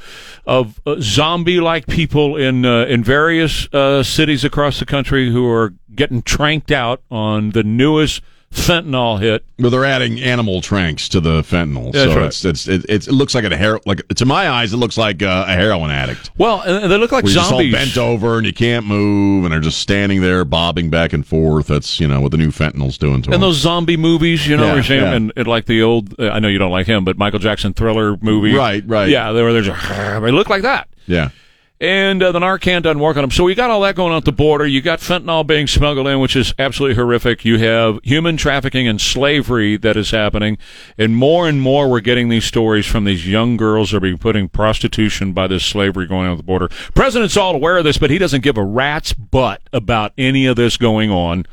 A: of uh, zombie like people in uh, in various uh, cities across the country who are getting tranked out on the newest fentanyl hit.
B: Well, they're adding animal tranks to the fentanyl,
A: That's
B: so
A: right.
B: it's, it's it, it's it looks like a hero like to my eyes it looks like uh, a heroin addict.
A: Well, and they look like
B: Where you're
A: zombies.
B: just all bent over and you can't move, and they're just standing there bobbing back and forth. That's you know what the new fentanyl's doing to them.
A: And those zombie movies, you know,
B: Yeah,
A: we're seeing,
B: yeah.
A: and, and like the old, uh, I know you don't like him, but Michael Jackson thriller movie.
B: Right, right.
A: Yeah, they were, they're just, they look like that.
B: yeah,
A: And uh, the Narcan doesn't work on them. So you got all that going on at the border. You got fentanyl being smuggled in, which is absolutely horrific. You have human trafficking and slavery that is happening. And more and more, we're getting these stories from these young girls that are being put in prostitution by this slavery going on at the border. President's all aware of this, but he doesn't give a rat's butt about any of this going on.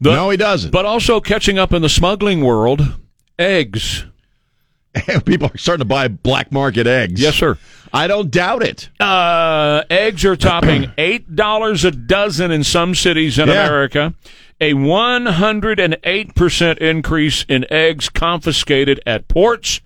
A: The-
B: no, he doesn't.
A: but also catching up in the smuggling world, eggs.
B: people are starting to buy black market eggs.
A: Yes, sir.
B: I don't doubt it.
A: Uh, eggs are topping eight dollars a dozen in some cities in
B: Yeah.
A: America. A one hundred and eight percent increase in eggs confiscated at ports.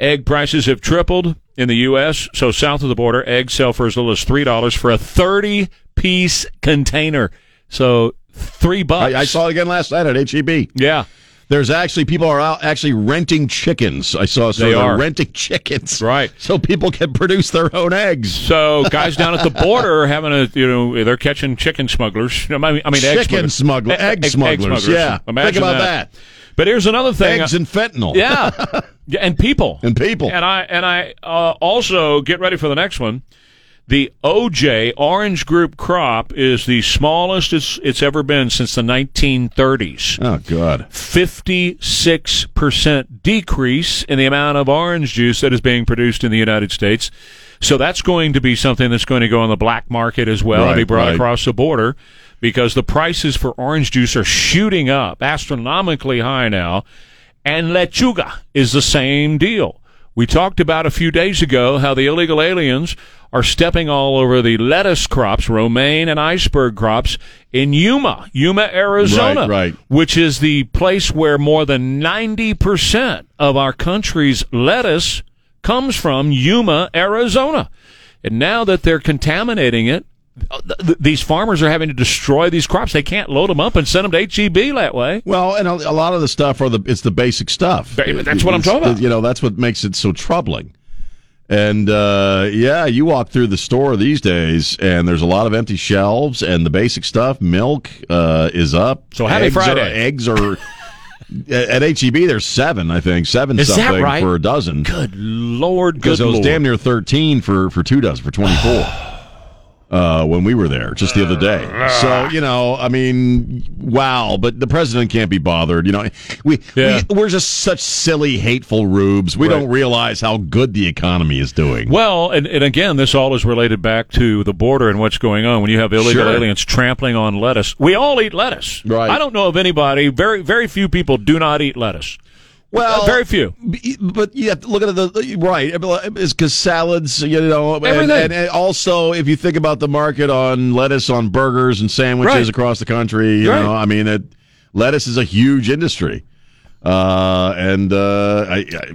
A: Egg prices have tripled in the U.S. So south of the border, eggs sell for as little as three dollars for a thirty-piece container. So three bucks.
B: I, I saw it again last night at HEB.
A: Yeah.
B: There's actually people are out actually renting chickens. I saw so
A: They
B: they're
A: are.
B: renting chickens,
A: Right.
B: So people can produce their own eggs.
A: So guys down at the border are having a you know they're catching chicken smugglers. I mean, I mean egg
B: Chicken smuggler-
A: Eh, eh,
B: egg smugglers, yeah.
A: Imagine
B: Think about that.
A: But here's another thing.
B: Eggs and fentanyl.
A: yeah, yeah, and people
B: And people.
A: And I and I uh, also get ready for the next one. The OJ Orange Group crop is the smallest it's it's ever been since the 1930s.
B: Oh God.
A: 56% decrease in the amount of orange juice that is being produced in the United States. So that's going to be something that's going to go on the black market as well and be
B: Right,
A: brought
B: right.
A: across the border because the prices for orange juice are shooting up astronomically high now. And lechuga is the same deal. We talked about a few days ago how the illegal aliens are stepping all over the lettuce crops, romaine and iceberg crops in Yuma, Yuma, Arizona,
B: right.
A: which is the place where more than 90% of our country's lettuce comes from Yuma, Arizona. And now that they're contaminating it, th- th- these farmers are having to destroy these crops. They can't load them up and send them to HEB that way.
B: Well, and a, a lot of the stuff are the it's the basic stuff.
A: Ba- that's what I'm
B: It's
A: talking
B: the-
A: about.
B: You know, that's what makes it so troubling. And uh, yeah, you walk through the store these days, and there's a lot of empty shelves, and the basic stuff, milk, uh, is up.
A: So happy
B: eggs are-
A: Friday.
B: eggs are at HEB. There's seven, I think, seven
A: Is that
B: something
A: right?
B: for a dozen.
A: Good Lord, good
B: because it was
A: Lord.
B: damn near 13 for for two dozen for 24 uh when we were there just the other day so you know i mean wow but the president can't be bothered you know we,
A: Yeah.
B: we we're just such silly hateful rubes we don't realize how good the economy is doing
A: Well, and, and again, this all is related back to the border and what's going on when you have illegal
B: Sure.
A: aliens trampling on lettuce. We all eat lettuce.
B: Right.
A: I don't know of anybody, very very few people do not eat lettuce.
B: well
A: Uh, very few.
B: b- e, but you have to look at the right because salads you know and-
A: Everything.
B: And, and also if you think about the market on lettuce on burgers and sandwiches
A: Right.
B: across the country you
A: Right.
B: know i mean it, lettuce is a huge industry uh, and uh, I, I,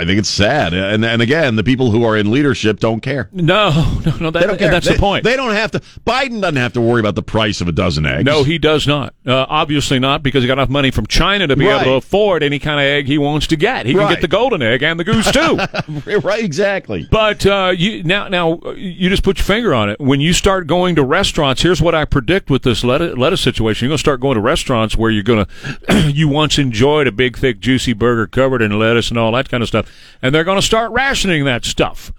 B: I think it's sad. And and again, the people who are in leadership don't care.
A: No, no, no. That,
B: They don't care.
A: That's
B: they,
A: the point.
B: They don't have to. Biden doesn't have to worry about the price of a dozen eggs.
A: no, he does not. Uh, obviously not, because he got enough money from China to be
B: Right.
A: able to afford any kind of egg he wants to get. He can
B: Right.
A: get the golden egg and the goose too.
B: right exactly.
A: But uh, you, now, now uh, you just put your finger on it. When you start going to restaurants, here's what I predict with this lettuce, lettuce situation: you're going to start going to restaurants where you're going to, you once enjoyed a big, thick, juicy burger covered in lettuce and all that kind of stuff, and they're going to start rationing that stuff.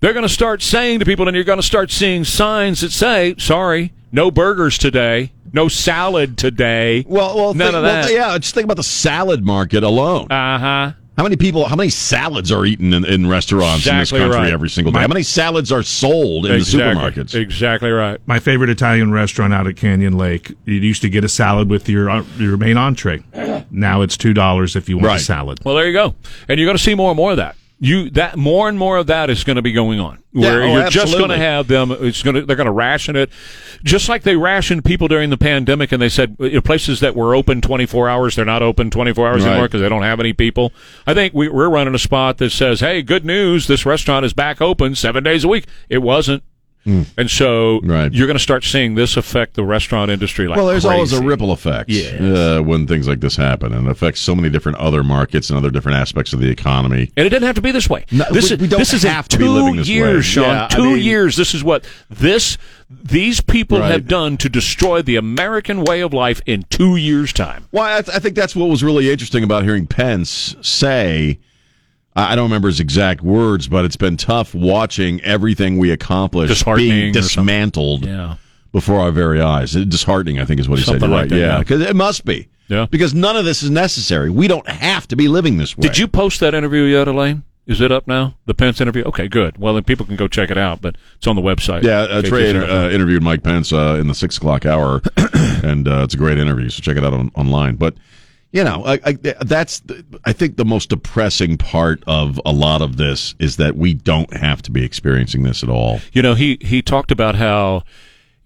A: They're going to start saying to people, and you're going to start seeing signs that say, "Sorry, no burgers today, no salad today."
B: Well, well,
A: none
B: think,
A: of
B: well,
A: that.
B: yeah, just think about the salad market alone.
A: Uh huh.
B: how many people? How many salads are eaten in, in restaurants
A: Exactly
B: in this country
A: right.
B: every single day? How many salads are sold in the supermarkets?
A: Exactly right.
G: My favorite Italian restaurant out at Canyon Lake. You used to get a salad with your uh, your main entree. Now it's two dollars if you want
B: Right.
G: a salad.
A: Well, there you go, and you're going to see more and more of that. You that more and more of that is going to be going on.
B: Yeah,
A: Where
B: oh,
A: you're just
B: absolutely.
A: going to have them. It's going to they're going to ration it, just like they rationed people during the pandemic, and they said uh, you know, places that were open 24 hours they're not open 24 hours
B: Right.
A: anymore because they don't have any people. I think we, we're running a spot that says, "Hey, good news! This restaurant is back open seven days a week." It wasn't. And so
B: Hmm. Right.
A: you're going to start seeing this affect the restaurant industry like
B: Well, there's always a
A: crazy.
B: ripple effect uh, when things like this happen, and it affects so many different other markets and other different aspects of the economy.
A: And it didn't have to be this way.
B: No,
A: this
B: we-
A: is,
B: we don't
A: this is in
B: have to be
A: two
B: living this way.
A: years, Sean.
B: Yeah, I
A: two
B: mean-
A: years. This is what this these people
B: Right.
A: have done to destroy the American way of life in two years' time.
B: Well, I, th- I think that's what was really interesting about hearing Pence say. I I don't remember his exact words, but it's been tough watching everything we accomplished
A: Disheartening
B: being
A: or something.
B: dismantled
A: Yeah.
B: before our very eyes. It- disheartening, I think, is what he said.
A: Something
B: You're
A: like
B: right,
A: that,
B: yeah,
A: yeah.
B: because it must be.
A: Yeah.
B: because none of this is necessary. We don't have to be living this way.
A: Did you post that interview yet, Elaine? Is it up now? The Pence interview? Okay, good. Well, then people can go check it out, but it's on the website.
B: Yeah, uh, Trey
A: KJZ.
B: inter- uh, interviewed Mike Pence uh, in the six o'clock hour, and uh, it's a great interview. So check it out on, online. But you know, I, I, that's the, I think the most depressing part of a lot of this is that we don't have to be experiencing this at all.
A: You know, he, he talked about how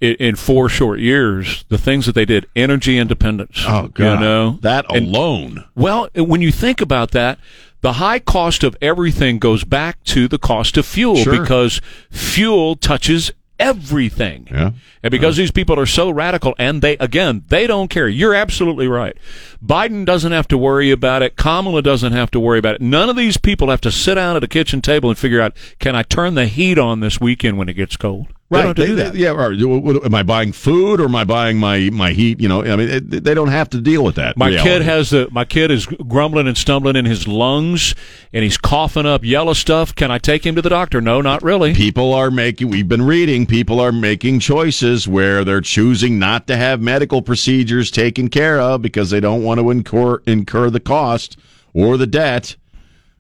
A: in, in four short years, the things that they did, energy independence.
B: Oh,
A: You know?
B: that
A: Oh, And-
B: alone.
A: Well, when you think about that, the high cost of everything goes back to the cost of fuel
B: Sure.
A: because fuel touches everything.
B: Yeah.
A: And because these people are so radical and they again, they don't care. You're absolutely right. Biden doesn't have to worry about it. Kamala doesn't have to worry about it. None of these people have to sit down at a kitchen table and figure out, can I turn the heat on this weekend when it gets cold? They don't have to
B: They-
A: do that.
B: they- yeah. Right. What- what- Am I buying food or am I buying my my heat? You know. I mean, it, they don't have to deal with that.
A: My
B: reality.
A: kid has the my kid is grumbling and stumbling in his lungs, and he's coughing up yellow stuff. Can I take him to the doctor? No, not really.
B: people are making we've been reading people are making choices where they're choosing not to have medical procedures taken care of because they don't want to incur incur the cost or the debt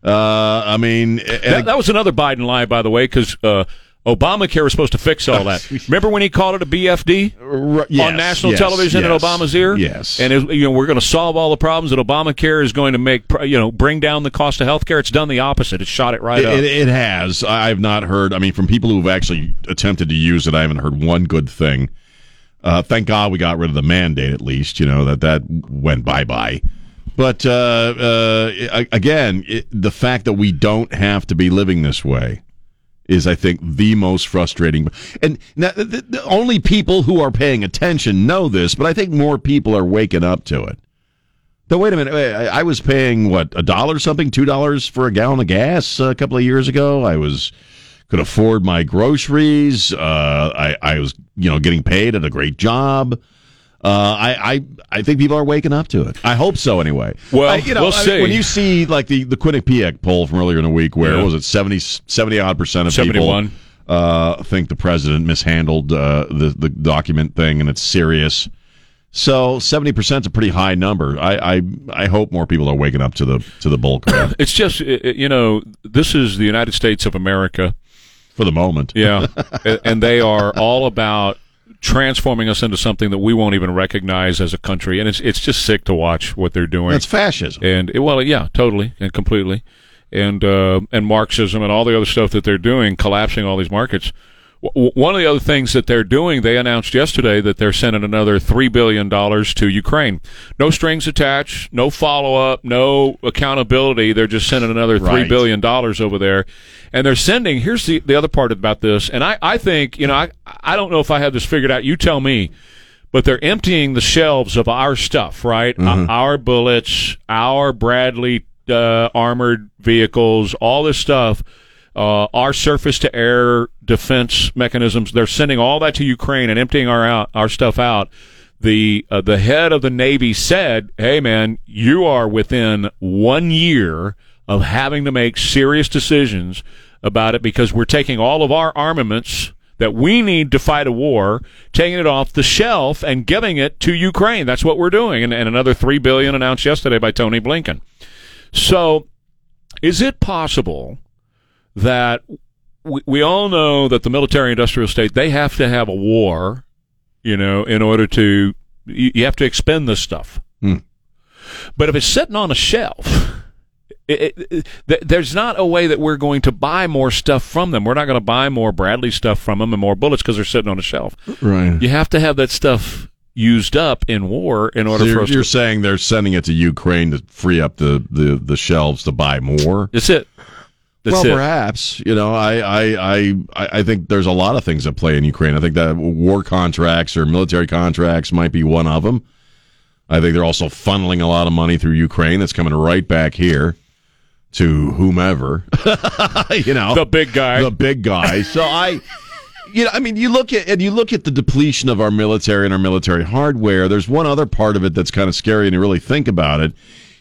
B: uh, i mean and-
A: That, that was another Biden lie, by the way, because uh, Obamacare was supposed to fix all that. Remember when he called it a BFD
B: r- yes,
A: on national
B: yes,
A: television in
B: yes,
A: Obama's ear?
B: yes
A: And it, you know we're going to solve all the problems, and Obamacare is going to make pr- you know bring down the cost of health care. It's done the opposite. It shot it right
B: it,
A: up.
B: it, it has I- i've not heard i mean from people who've actually attempted to use it i haven't heard one good thing uh, thank god we got rid of the mandate at least you know that that went bye-bye but uh, uh, a- again it, the fact that we don't have to be living this way is i think the most frustrating and now, the, the- the only people who are paying attention know this but i think more people are waking up to it but wait a minute. wait, I I was paying what a dollar something, two dollars for a gallon of gas uh, a couple of years ago. I was could afford my groceries. Uh, I I was you know getting paid at a great job. Uh, I, I I think people are waking up to it. I hope so. Anyway,
A: Well,
B: I, you know,
A: we'll
B: I mean,
A: see.
B: when you see like the the Quinnipiac poll from earlier in the week, where
A: Yeah.
B: what was it 70 70 odd percent of
A: 71.
B: people uh, think the president mishandled uh, the the document thing and it's serious. So seventy percent is a pretty high number. I, I I hope more people are waking up to the to the bull crap
A: it's just it, it- you know this is the United States of America.
B: for the moment.
A: Yeah, A- and they are all about transforming us into something that we won't even recognize as a country, and it's it's just sick to watch what they're doing.
B: That's fascism.
A: and it, well, yeah, totally and completely, and uh, and Marxism and all the other stuff that they're doing, collapsing all these markets. Well, W- One of the other things that they're doing, they announced yesterday that they're sending another $3 billion to Ukraine. No strings attached, no follow up, no accountability. They're just sending another $3
B: Right.
A: billion over there. And they're sending, here's the, the other part about this. And I, I think, you know, I, I don't know if I have this figured out. You tell me. But they're emptying the shelves of our stuff, right? Uh, our bullets, our Bradley uh, armored vehicles, all this stuff uh, our surface to air defense mechanisms. They're sending all that to Ukraine and emptying our out, our stuff out. The uh, the head of the Navy said, "Hey man, you are within one year of having to make serious decisions about it because we're taking all of our armaments." That we need to fight a war, taking it off the shelf and giving it to Ukraine. That's what we're doing, and, and another three billion announced yesterday by Tony Blinken. So, is it possible that we, we all know that the military industrial state they have to have a war you know in order to you, you have to expend this stuff
B: Hmm.
A: but if it's sitting on a shelf it, it, it, th- there's not a way that we're going to buy more stuff from them. We're not going to buy more Bradley stuff from them and more bullets because they're sitting on a shelf.
B: Right.
A: You have to have that stuff used up in war in order
B: So
A: for
B: you're,
A: us
B: you're
A: to.
B: saying they're sending it to Ukraine to free up the, the, the shelves to buy more?
A: That's it. That's
B: well,
A: it.
B: perhaps you know, I, I, I, I think there's a lot of things that play in Ukraine. I think that war contracts or military contracts might be one of them. I think they're also funneling a lot of money through Ukraine that's coming right back here to whomever, you know,
A: The big guy.
B: the big guy. So I, you know, I mean, you look at and you look at the depletion of our military and our military hardware. There's one other part of it that's kind of scary, and you really think about it.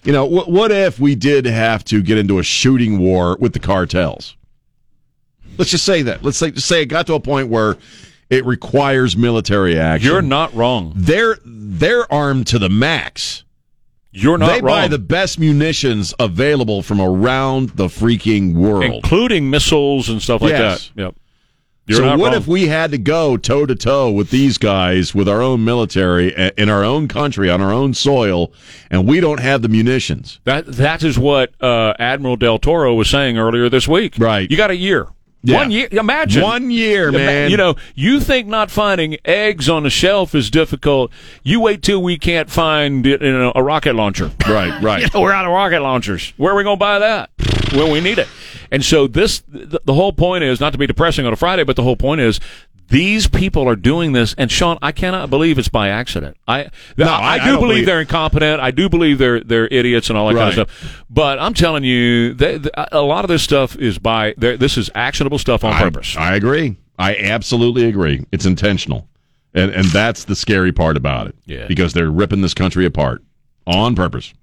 B: You know, what, what if we did have to get into a shooting war with the cartels? Let's just say that. Let's say, say it got to a point where it requires military action.
A: You're not wrong.
B: They're they're armed to the max.
A: You're not
B: they
A: wrong.
B: buy the best munitions available from around the freaking world.
A: including missiles and stuff like
B: Yes.
A: that. Yep. You're
B: so
A: not
B: what
A: wrong.
B: if we had to go toe to toe with these guys with our own military a- in our own country on our own soil and we don't have the munitions?
A: that that is what uh, Admiral Del Toro was saying earlier this week.
B: Right.
A: You got a year.
B: Yeah.
A: One year. Imagine
B: One year,
A: Ima-
B: man.
A: You know, you think not finding eggs on the shelf is difficult. You wait till we can't find you know a rocket launcher.
B: Right, right.
A: We're out of rocket launchers. Where are we going to buy that? When we need it. And so this, the, the whole point is not to be depressing on a Friday, but the whole point is these people are doing this. And Sean, I cannot believe it's by accident. I
B: No,
A: I,
B: I-
A: do
B: I don't
A: believe,
B: believe-
A: they're incompetent. I do believe they're they're idiots and all that kind
B: Right.
A: of stuff. But I'm telling you, they, th- a lot of this stuff is by they're- this is actionable stuff on
B: I,
A: purpose.
B: I agree. I absolutely agree. It's intentional. And and that's the scary part about it.
A: Yeah.
B: Because they're ripping this country apart on purpose.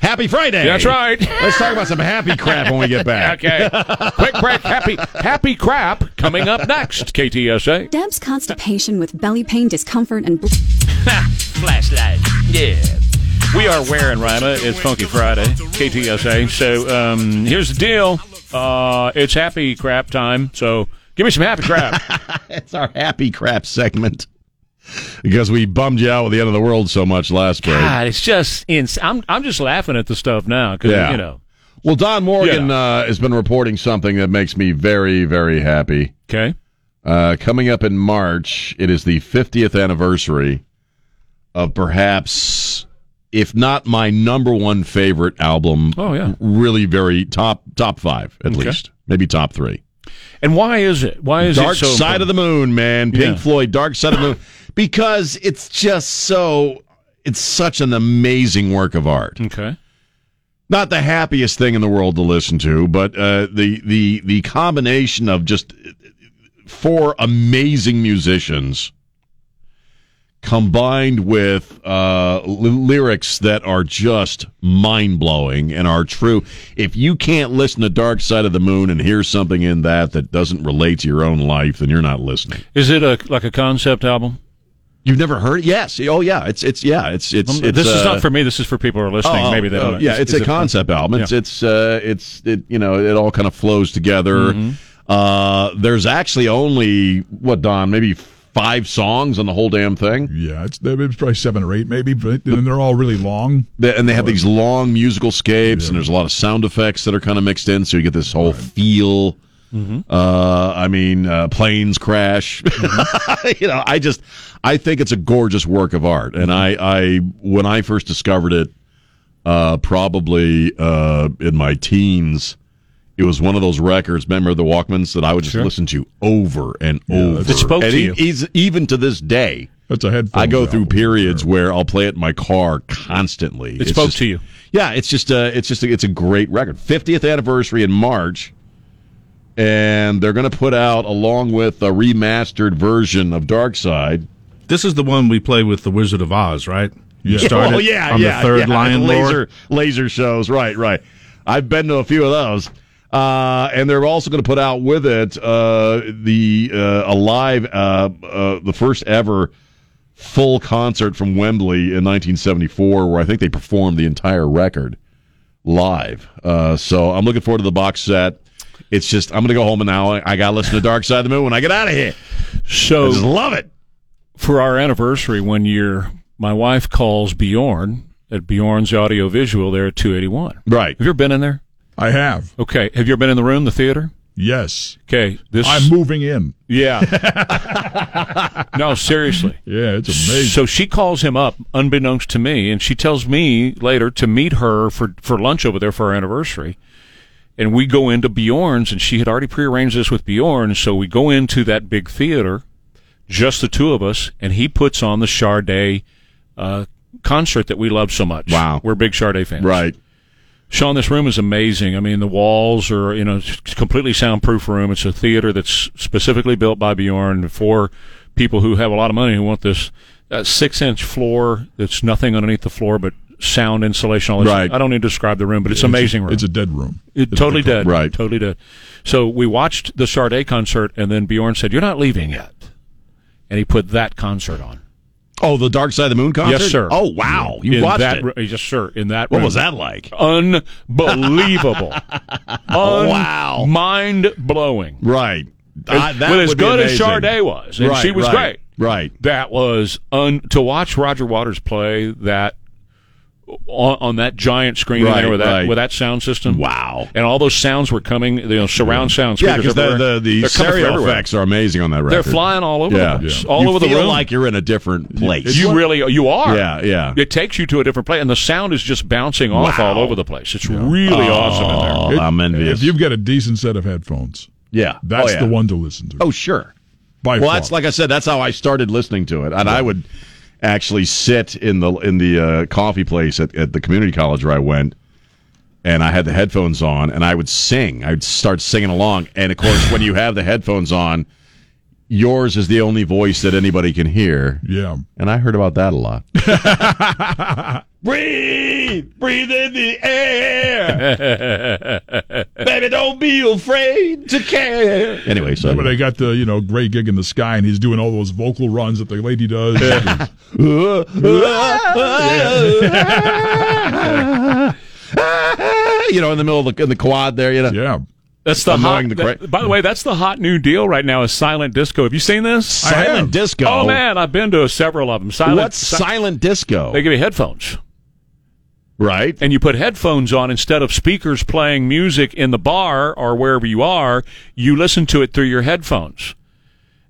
B: Happy Friday.
A: That's right.
B: Let's talk about some happy crap when we get back.
A: Okay. Quick break. Happy happy crap coming up next. KTSA.
I: Deb's constipation with belly pain, discomfort, and. Bl-
A: flashlight. Yeah. We are wearing Rima. It's Funky Friday, KTSA. So um, here's the deal. Uh, it's happy crap time. So give me some happy crap.
B: It's our happy crap segment. Because we bummed you out with the end of the world so much last break.
A: God, it's just ins- I'm I'm just laughing at the stuff now because
B: Yeah.
A: you know.
B: Well, Don Morgan
A: Yeah.
B: uh, has been reporting something that makes me very, very happy.
A: Okay.
B: Uh, coming up in March, it is the 50th anniversary of perhaps, if not my number one favorite album.
A: Oh, yeah.
B: really very top top five at
A: Okay.
B: least, maybe top three.
A: And why is it? Why is
B: Dark
A: it so
B: Side of the Moon, man,
A: Yeah.
B: Pink Floyd, Dark Side of the Moon, because it's just so. It's such an amazing work of art
A: Okay.
B: not the happiest thing in the world to listen to, but uh, the the the combination of just four amazing musicians combined with uh, l- lyrics that are just mind blowing and are true. If you can't listen to Dark Side of the Moon and hear something in that that doesn't relate to your own life, then you're not listening.
A: Is it a like a concept album?
B: You've never heard? Yes. Oh, yeah. It's it's yeah. It's it's,
A: Um,
B: it's
A: this is
B: uh,
A: not for me. This is for people who are listening. Maybe they
B: oh,
A: don't.
B: yeah,
A: is-
B: it's,
A: is
B: a
A: it-
B: concept album. It's it's uh, it's it you know it all kind of flows together.
A: Mm-hmm.
B: Uh, there's actually only what Don maybe five songs on the whole damn thing,
D: Yeah, it's, it's probably seven or eight, maybe, but and they're all really long.
B: They- and they have these long musical scapes, and there's a lot of sound effects that are kind of mixed in, so you get this whole feel.
A: Mm-hmm.
B: Uh, I mean, uh, planes crash.
A: Mm-hmm.
B: you know, I just I think it's a gorgeous work of art, and I I when I first discovered it, uh, probably uh, in my teens. It was one of those records, remember the Walkmans, that I would just listen to over and over.
A: That spoke
B: and
A: to
B: e-
A: you.
B: eas- even to this day,
D: That's a headphone.
B: I go through periods where I'll play it in my car constantly.
A: It spoke
B: just-
A: to you.
B: Yeah, it's just uh, it's just a, it's a great record. 50th anniversary in March, and they're going to put out along with a remastered version of Dark Side.
G: This is the one we play with the Wizard of Oz, right? You
D: Yeah.
B: Oh,
G: started on the third lion
B: laser
G: lord.
B: laser shows. Right, right. I've been to a few of those. Uh, and they're also going to put out with it uh, the uh, alive uh, uh, the first ever full concert from Wembley in 1974, where I think they performed the entire record live. Uh, so I'm looking forward to the box set. It's just I'm going to go home and now I, I got to listen to Dark Side of the Moon when I get out of here. I
A: So
B: just love it.
A: for our anniversary one year, my wife calls Bjorn at Bjorn's Audiovisual there at 281.
B: Right.
A: Have you ever been in there?
D: I have.
A: Okay. Have you ever been in the room, the theater?
D: Yes.
A: Okay. This
D: I'm moving in.
A: yeah. no, seriously.
D: Yeah, it's amazing.
A: So she calls him up, unbeknownst to me, and she tells me later to meet her for, for lunch over there for our anniversary. And we go into Bjorn's, and she had already prearranged this with Bjorn, so we go into that big theater, just the two of us, and he puts on the Charday uh, concert that we love so much.
B: Wow.
A: We're big Charday fans.
B: Right.
A: Sean, this room is amazing. I mean, the walls are you know it's a completely soundproof room. It's a theater that's specifically built by Bjorn for people who have a lot of money who want this uh, six-inch floor that's nothing underneath the floor but sound insulation. All this.
B: Right.
A: I don't need to describe the room, but it's, amazing room.
D: It's a dead room.
A: It totally dead.
B: Right.
A: Totally dead. So we watched the Sade concert, and then Bjorn said, "You're not leaving yet," and he put that concert on.
B: Oh, the Dark Side of the Moon concert.
A: Yes, sir.
B: Oh, wow. You
A: in
B: watched
A: that,
B: it.
A: ro- Yes, sir. In that.
B: What
A: room.
B: was that like?
A: unbelievable. Un-
B: Oh, wow.
A: Mind blowing.
B: Right. Uh, that
A: well, as
B: would be
A: good as
B: amazing.
A: Sade was, and
B: Right,
A: she was
B: right,
A: great.
B: Right.
A: That was un- to watch Roger Waters play that on, on that giant screen in
B: Right,
A: there with that
B: right.
A: with that sound system.
B: Wow.
A: And all those sounds were coming, you know, surround sound
B: Yeah,
A: speakers
B: because the,
A: everywhere.
B: the, the
A: They're coming from
B: stereo
A: everywhere.
B: effects are amazing on that record.
A: They're flying all over
B: yeah.
A: the place, all
B: you
A: over
B: feel
A: the room.
B: like you're in a different place.
A: you really you are.
B: Yeah, yeah.
A: It takes you to a different place, and the sound is just bouncing off
B: Wow.
A: all over the place. It's really awesome in there.
B: Oh,
D: It-
B: I'm envious.
D: If you've got a decent set of headphones,
B: yeah.
D: that's
B: Oh, yeah.
D: the one to listen to.
B: Oh, sure.
D: by
B: Well,
D: far.
B: that's like I said. That's how I started listening to it, and I would actually sit in the in the uh, coffee place at, at the community college where I went, and I had the headphones on, and I would sing. I'd start singing along, and of course, when you have the headphones on, yours is the only voice that anybody can hear.
D: yeah.
B: And I heard about that a lot. breathe, breathe in the air, baby. Don't be afraid to care. Anyway, so
D: But I got the you know Gray gig in the sky, and he's doing all those vocal runs that the lady does.
B: you know, in the middle of the in the quad there, you know.
D: yeah,
A: That's the
B: Among
A: hot.
B: the great-
A: that- by the way, that's the hot new deal right now is silent disco. Have you seen this?
D: I
B: Silent
D: have.
B: disco.
A: Oh man, I've been to several of them. Silent.
B: What's
A: si-
B: silent disco?
A: They give you headphones,
B: Right?
A: and you put headphones on instead of speakers playing music in the bar or wherever you are. You listen to it through your headphones,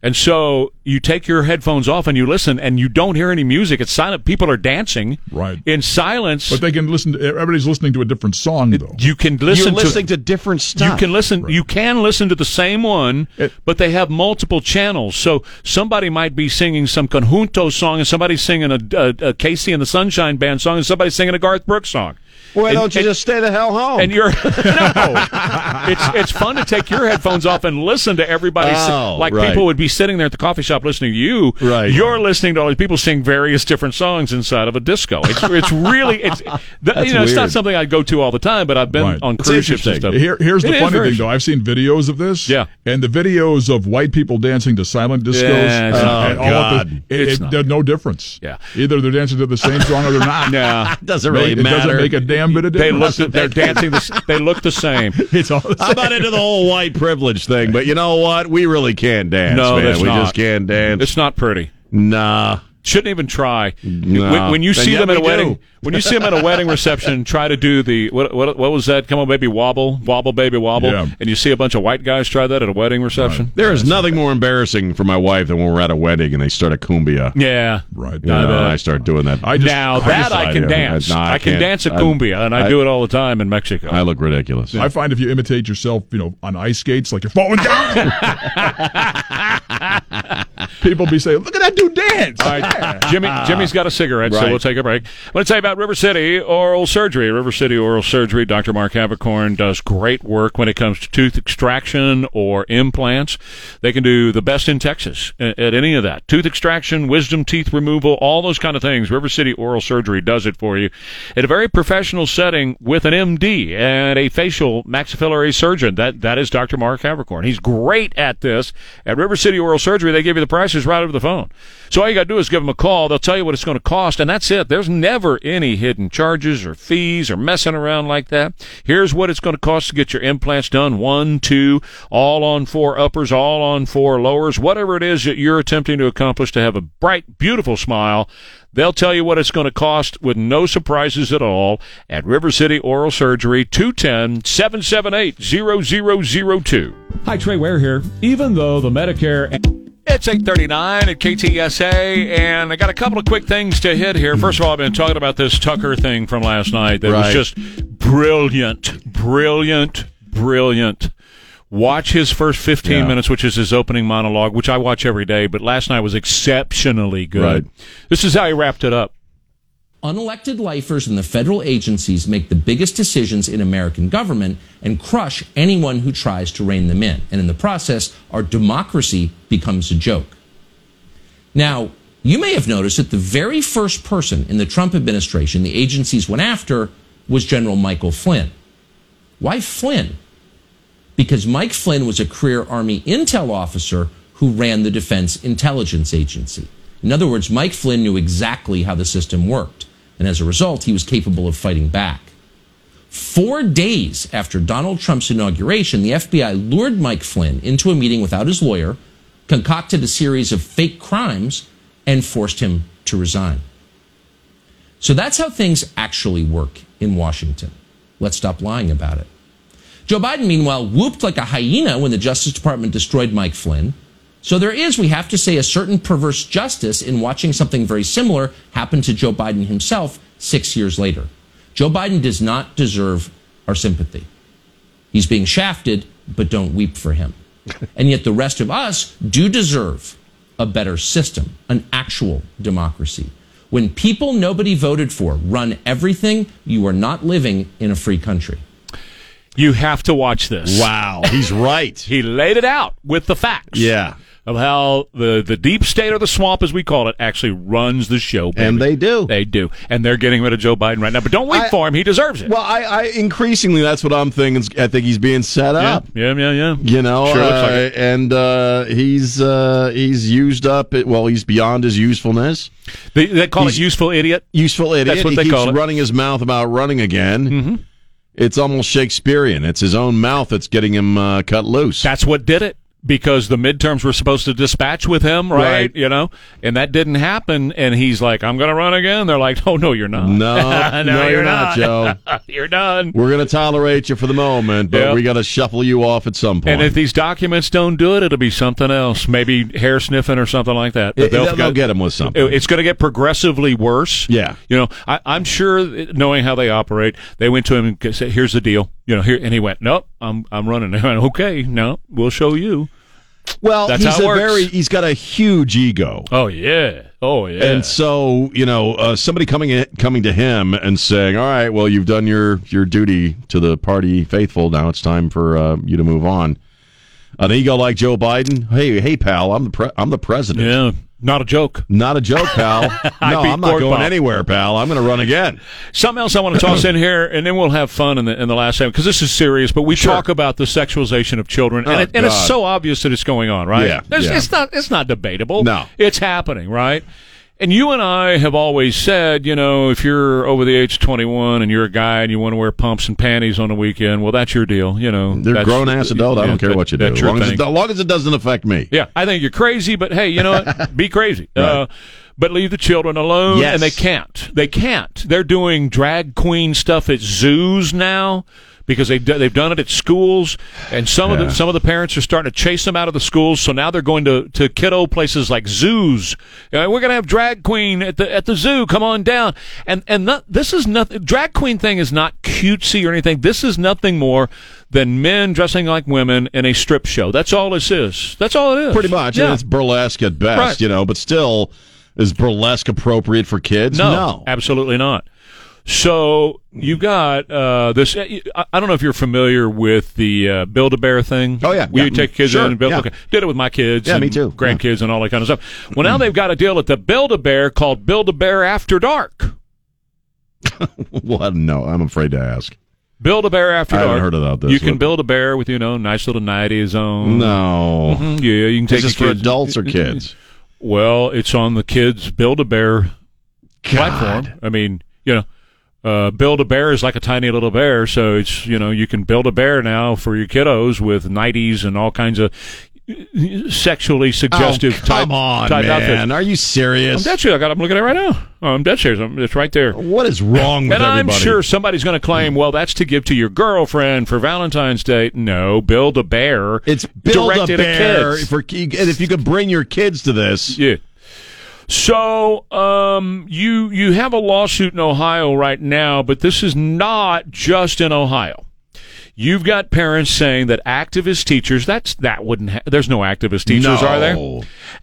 A: and so you take your headphones off and you listen, and you don't hear any music. It's silent. People are dancing
D: Right.
A: in silence.
D: but they can listen. To, everybody's listening to a different song though.
A: you can listen
B: You're listening to, different
A: You
B: stuff.
A: can listen. You can listen to the same one,
D: It-
A: but they have multiple channels. So somebody might be singing some Conjunto song, and somebody's singing a, a, a Casey and the Sunshine Band song, and somebody's singing a Garth Brooks song.
B: Why
A: And-
B: don't you
A: and-
B: just stay the hell home?
A: And you're no. It's it's fun to take your headphones off and listen to everybody. sing.
B: Oh,
A: like
B: right.
A: people would be sitting there at the coffee shop listening to you.
B: Right.
A: You're listening to all these people sing various different songs inside of a disco. It's it's really it's the, you know it's
B: weird.
A: not something I go to all the time, but I've been
D: Right.
A: on
B: It's
A: cruise ships and
B: interesting.
A: stuff.
D: Here, here's
A: It
D: the
A: is
D: funny
A: very
D: thing, though. I've seen videos of this.
A: Yeah.
D: And the videos of white people dancing to silent discos.
A: Yeah, it's
D: and-
A: not
D: and
B: good.
D: all of
B: God.
D: the, it,
A: Oh, It's
D: it-
A: not
D: there's no difference.
A: Yeah.
D: Either they're dancing to the same song or they're not.
A: Yeah.
B: doesn't
D: It doesn't make a damn bit of
A: They
D: difference.
A: look. They're dancing. The, s- they look the same.
D: it's all the
B: I'm
D: same.
B: not into the whole white privilege thing, but you know what? We really can't dance,
A: No,
B: man.
A: that's
B: we
A: not.
B: just can't dance.
A: It's not pretty.
B: nah.
A: Shouldn't even try.
B: No.
A: When, when you
B: And
A: see
B: yet
A: them at a
B: we
A: wedding,
B: do.
A: when you see them at a wedding reception, try to do the what, what what was that? Come on, baby, wobble, wobble, baby, wobble.
D: Yeah.
A: And you see a bunch of white guys try that at a wedding reception.
B: There is nothing more embarrassing for my wife than when we're at a wedding and they start a cumbia.
A: Yeah,
D: Right.
B: You know,
A: I bet.
B: and I start doing that.
D: I just-
A: now that I,
D: decide,
A: can
D: yeah.
A: dance,
B: No,
A: I,
B: I
A: can
B: can't.
A: dance a
B: I-
A: cumbia, and I,
B: I-
A: do it all the time in Mexico.
B: I look ridiculous.
D: I find if you imitate yourself, you know, on ice skates, like you're falling down. People be saying, "Look at that dude dance."
A: All right, Jimmy, Jimmy's got a cigarette, so
B: Right.
A: we'll take a break. I want to tell you about River City Oral Surgery. River City Oral Surgery, Dr. Mark Abercorn does great work when it comes to tooth extraction or implants. They can do the best in Texas a- at any of that. Tooth extraction, wisdom teeth removal, all those kind of things. River City Oral Surgery does it for you at a very professional setting with an MD and a facial maxillary surgeon. That That is Dr. Mark Abercorn. He's great at this. At River City Oral Surgery, they give you the prices right over the phone. So all you got to do is give them a call. They'll tell you what it's going to cost, and that's it. There's never any hidden charges or fees or messing around like that. Here's what it's going to cost to get your implants done one, two, all on four uppers, all on four lowers, whatever it is that you're attempting to accomplish to have a bright, beautiful smile. They'll tell you what it's going to cost with no surprises at all at River City Oral Surgery, 210 778 0002.
J: Hi, Trey Ware here. Even though the Medicare.
A: It's 839 at KTSA, and I got a couple of quick things to hit here. First of all, I've been talking about this Tucker thing from last night that
B: Right.
A: was just brilliant, brilliant, brilliant. Watch his first 15
B: Yeah.
A: minutes, which is his opening monologue, which I watch every day, but last night was exceptionally good.
B: Right.
A: This is how he wrapped it up.
J: Unelected lifers in the federal agencies make the biggest decisions in American government and crush anyone who tries to rein them in. And in the process, our democracy becomes a joke. Now, you may have noticed that the very first person in the Trump administration the agencies went after was General Michael Flynn. Why Flynn? Because Mike Flynn was a career Army intel officer who ran the Defense Intelligence Agency. In other words, Mike Flynn knew exactly how the system worked, and as a result, he was capable of fighting back. Four days after Donald Trump's inauguration, the FBI lured Mike Flynn into a meeting without his lawyer, concocted a series of fake crimes, and forced him to resign. So that's how things actually work in Washington. Let's stop lying about it. Joe Biden, meanwhile, whooped like a hyena when the Justice Department destroyed Mike Flynn. So there is, we have to say, a certain perverse justice in watching something very similar happen to Joe Biden himself six years later. Joe Biden does not deserve our sympathy. He's being shafted, but don't weep for him. And yet the rest of us do deserve a better system, an actual democracy. When people nobody voted for run everything, you are not living in a free country.
A: You have to watch this.
B: Wow. He's right.
A: He laid it out with the facts.
B: Yeah.
A: Of how the, the deep state or the swamp, as we call it, actually runs the show. baby.
B: And they do.
A: They do. And they're getting rid of Joe Biden right now. But don't wait
B: I-
A: for him. He deserves it.
B: Well, I, I increasingly that's what I'm thinking. I think he's being set
A: yeah.
B: up.
A: yeah, yeah, yeah.
B: You know,
A: Sure looks like
B: uh,
A: it.
B: and uh, he's uh, he's used up. It, well, he's beyond his usefulness.
A: They, they call it
B: he's-
A: useful idiot.
B: Useful idiot.
A: That's what
B: he
A: they
B: keeps
A: call it.
B: running his mouth about running again. Mm-hmm. It's almost Shakespearean. It's his own mouth that's getting him uh, cut loose.
A: That's what did it because the midterms were supposed to dispatch with him, right?
B: Right.
A: You know, and that didn't happen. And he's like, I'm going to run again. They're like, Oh, no, you're not.
B: no, no, you're, not, Joe.
A: you're done.
B: We're going to tolerate you for the moment, but
A: Yep.
B: we got to shuffle you off at some point.
A: And if these documents don't do it, it'll be something else. Maybe hair sniffing or something like that. But
B: It- they'll,
A: go-
B: get him with something.
A: It- It's going to get progressively worse.
B: Yeah.
A: You know, I, I'm sure, that knowing how they operate, they went to him and said, "Here's the deal." You know, here, and he went, "Nope, I'm I'm running." They went, okay, no, we'll show you.
B: well,
A: That's
B: he's
A: how it
B: a
A: works.
B: very he's got a huge ego.
A: Oh yeah, oh yeah.
B: And so, you know, uh, somebody coming in, coming to him and saying, "All right, well, you've done your your duty to the party faithful. Now it's time for uh, you to move on." An ego like Joe Biden, hey, hey, pal, I'm the pre- I'm the president.
A: yeah, not a joke.
B: Not a joke, pal. no,
A: beat
B: I'm not
A: Gorbachev.
B: going anywhere, pal. I'm going to run again.
A: Something else I want to toss in here, and then we'll have fun in the in the last segment because this is serious. But we talk about the sexualization of children, and,
B: Oh,
A: it, and it's
B: God.
A: so obvious that it's going on, right?
B: Yeah,
A: It's,
B: yeah.
A: it's not it's not debatable.
B: No.
A: it's happening, right? And you and I have always said, you know, if you're over the age of 21 and you're a guy and you want to wear pumps and panties on the weekend, well, that's your deal. You know,
B: They're
A: that's-
B: grown ass adult. I
A: yeah,
B: don't care
A: that-
B: what you do,
A: that's
B: as
A: your
B: long as,
A: thing.
B: it, as long as it doesn't affect me.
A: Yeah, I think you're crazy, but hey, you know what? Be crazy. uh, but leave the children alone.
B: Yes.
A: And they can't. They can't. They're doing drag queen stuff at zoos now because they've do- they've done it at schools, and some of
B: Yeah.
A: the some of the parents are starting to chase them out of the schools. So now they're going to, to kiddo places like zoos. Uh, we're going to have drag queen at the at the zoo. Come on down. And and not, this is nothing. Drag queen thing is not cutesy or anything. This is nothing more than men dressing like women in a strip show. That's all this is. That's all it is.
B: Pretty much.
A: Yeah.
B: And it's burlesque at best,
A: Right.
B: you know, but still, is burlesque appropriate for kids?
A: No, absolutely not. So you've got uh, this. I I don't know if you're familiar with the uh, Build a Bear thing.
B: Oh, yeah,
A: where you
B: yeah.
A: take kids
B: Sure,
A: in and build.
B: yeah.
A: okay. Did it with my kids.
B: Yeah,
A: and
B: me too.
A: Grandkids and all that kind of stuff. Well, now they've got a deal at the Build a Bear called Build a Bear After Dark.
B: well, no, I'm afraid to ask.
A: Build a Bear After
B: I
A: Dark.
B: haven't heard about this.
A: You can
B: What-
A: build a bear with you know nice little nighty zone.
B: No.
A: Mhm, Yeah, you can take
B: Mm-hmm. Is this
A: your
B: for
A: kids-
B: adults or kids?
A: Well, it's on the kids Build a Bear platform. I mean, you know, uh, Build a Bear is like a tiny little bear, so it's you know you can build a bear now for your kiddos with nighties and all kinds of uh, sexually suggestive
B: oh,
A: type,
B: come on,
A: type
B: man.
A: outfits.
B: Are you
A: I'm
B: serious?
A: dead serious. I got. I'm looking at it right now. Oh, I'm dead serious. I'm, it's right there.
B: What is wrong with
A: And I'm
B: everybody?
A: sure somebody's going to claim, well, that's to give to your girlfriend for Valentine's Day. No, build a bear.
B: It's build a
A: directed at
B: bear
A: kids.
B: for and if you could bring your kids to this.
A: Yeah. So um, you you have a lawsuit in Ohio right now, but this is not just in Ohio. You've got parents saying that activist teachers that's that wouldn't ha- there's no activist teachers
B: No.
A: are there?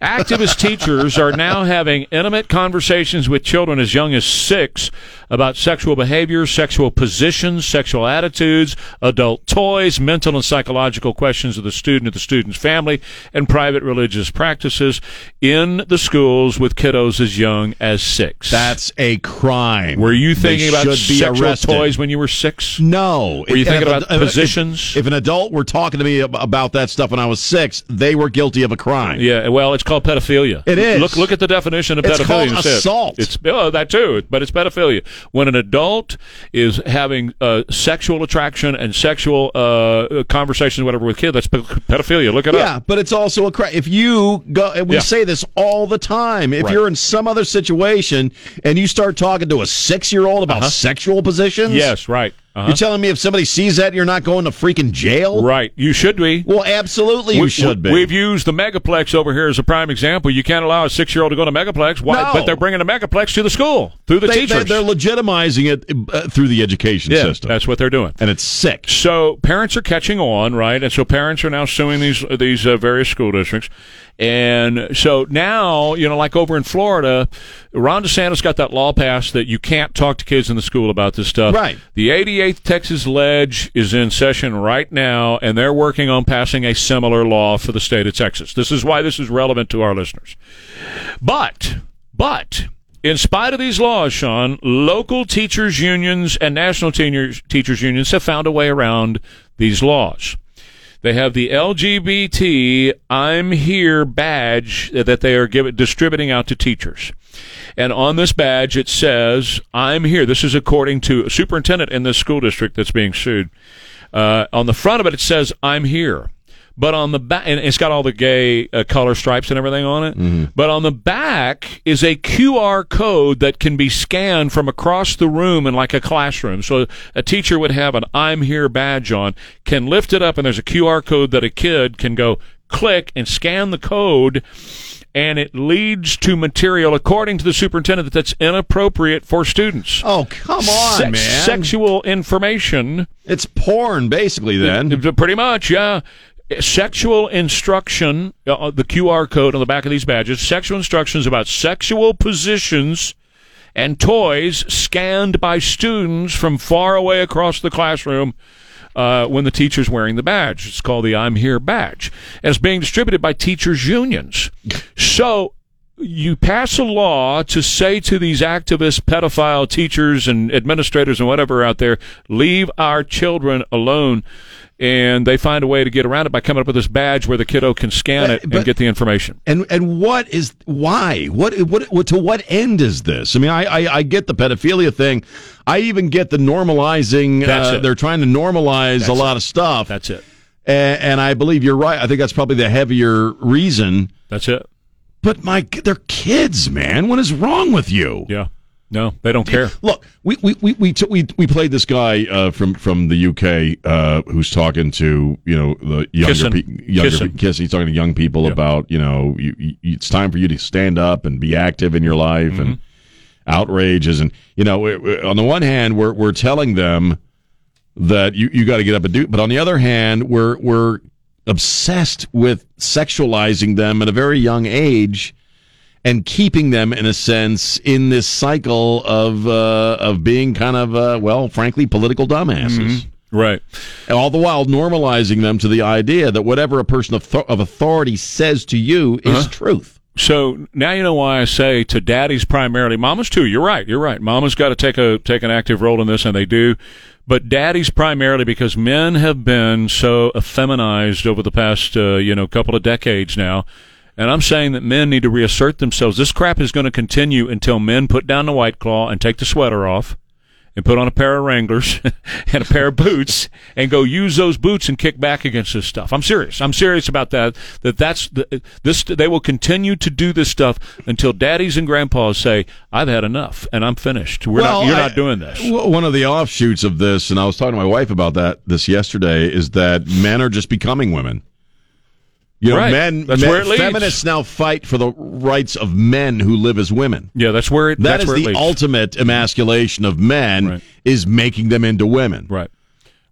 A: Activist teachers are now having intimate conversations with children as young as 6 about sexual behavior, sexual positions, sexual attitudes, adult toys, mental and psychological questions of the student, of the student's family, and private religious practices in the schools with kiddos as young as 6.
B: That's a crime.
A: Were you
B: They
A: thinking about
B: should be
A: sexual
B: arrested.
A: toys when you were 6?
B: No.
A: Were you
B: If-
A: thinking
B: if-
A: about positions?
B: If, if an adult were talking to me ab- about that stuff when I was six, they were guilty of a crime.
A: Yeah, well, it's called pedophilia.
B: It is.
A: Look, look at the definition of
B: It's
A: pedophilia.
B: called
A: instead.
B: assault.
A: It's oh, that too, but it's pedophilia when an adult is having uh, sexual attraction and sexual uh, conversation, whatever, with kid. That's pe- pedophilia. Look it
B: Yeah,
A: up.
B: but it's also a crime. If you go, and we
A: Yeah.
B: say this all the time. If
A: Right.
B: you're in some other situation and you start talking to a six year old about sexual positions,
A: Uh-huh. Yes, right, uh-huh.
B: You're telling me if somebody sees that, you're not going to freaking jail?
A: right. You should be.
B: Well, absolutely, you
A: We-
B: should
A: we-
B: be.
A: We've used the megaplex over here as a prime example. You can't allow a six-year-old to go to megaplex. Why?
B: No.
A: But they're bringing the megaplex to the school through the
B: they,
A: teachers.
B: are legitimizing it uh, through the education
A: yeah,
B: system,
A: that's what they're doing.
B: and it's sick.
A: So parents are catching on, right? And so parents are now suing these these uh, various school districts. And so now, you know, like over in Florida, Ron DeSantis got that law passed that you can't talk to kids in the school about this stuff.
B: Right.
A: The 88th Texas Ledge is in session right now, and they're working on passing a similar law for the state of Texas. This is why this is relevant to our listeners. But, but, in spite of these laws, Sean, local teachers unions and national teachers, teachers unions have found a way around these laws. They have the LGBT I'm Here badge that they are giving distributing out to teachers. And on this badge, it says, I'm here. This is according to a superintendent in this school district that's being sued. Uh, on the front of it, it says, I'm here. But on the back, and it's got all the gay uh, color stripes and everything on it.
B: Mm-hmm.
A: But on the back is a QR code that can be scanned from across the room in like a classroom. So a teacher would have an I'm here badge on, can lift it up, and there's a QR code that a kid can go click and scan the code and it leads to material, according to the superintendent, that's inappropriate for students.
B: Oh come on,
A: Se-
B: man!
A: Sexual information,
B: It's porn, basically. Then
A: pretty much, yeah. Sexual instruction, uh, the QR code on the back of these badges, sexual instructions about sexual positions and toys scanned by students from far away across the classroom uh, when the teacher's wearing the badge. It's called the I'm Here badge. And it's being distributed by teachers' unions. So you pass a law to say to these activist pedophile teachers and administrators and whatever out there, leave our children alone. And they find a way to get around it by coming up with this badge where the kiddo can scan it
B: But-
A: and get the information.
B: and and what is why? What what, what to what end is this? I mean, I, I I get the pedophilia thing. I even get the normalizing.
A: That's
B: uh,
A: it.
B: they're trying to normalize a
A: That's
B: lot of stuff.
A: That's it.
B: and, and I believe you're right. I think that's probably the heavier reason.
A: That's it.
B: But my, g- they're kids, man. What is wrong with you?
A: Yeah. No, they don't care.
B: Look, we we we we, t- we, we played this guy uh, from from the UK uh, who's talking to you know the younger
A: Kissing.
B: pe- younger
A: Kissing.
B: pe- kiss. He's talking to young people about you know you, you, it's time for you to stand up and be active in your life and outrages and you know it- it- on the one hand we're we're telling them that you you got to get up and do, but on the other hand we're we're obsessed with sexualizing them at a very young age and keeping them in a sense in this cycle of uh, of being kind of uh, well, frankly, political dumbasses.
A: Mm-hmm. Right.
B: And all the while normalizing them to the idea that whatever a person of, th- of authority says to you is
A: Uh-huh.
B: truth.
A: So now you know why I say to daddies primarily. Mamas too. You're right. You're right. Mamas got to take a take an active role in this, and they do. But daddies primarily because men have been so effeminized over the past uh, you know couple of decades now. And I'm saying that men need to reassert themselves. This crap is going to continue until men put down the white claw and take the sweater off and put on a pair of Wranglers and a pair of boots and go use those boots and kick back against this stuff. I'm serious. I'm serious about that. That that's the, this. They will continue to do this stuff until daddies and grandpas say, "I've had enough and I'm finished. We're
B: Well,
A: not. You're
B: I-
A: not doing this."
B: w- One of the offshoots of this, and I was talking to my wife about that this yesterday, is that men are just becoming women. You know,
A: Right.
B: men,
A: That's
B: men-
A: where it leads.
B: feminists now fight for the rights of men who live as women.
A: yeah, that's where it.
B: That
A: that's
B: is
A: where it
B: the
A: leads.
B: ultimate emasculation of men
A: Right.
B: is making them into women.
A: right.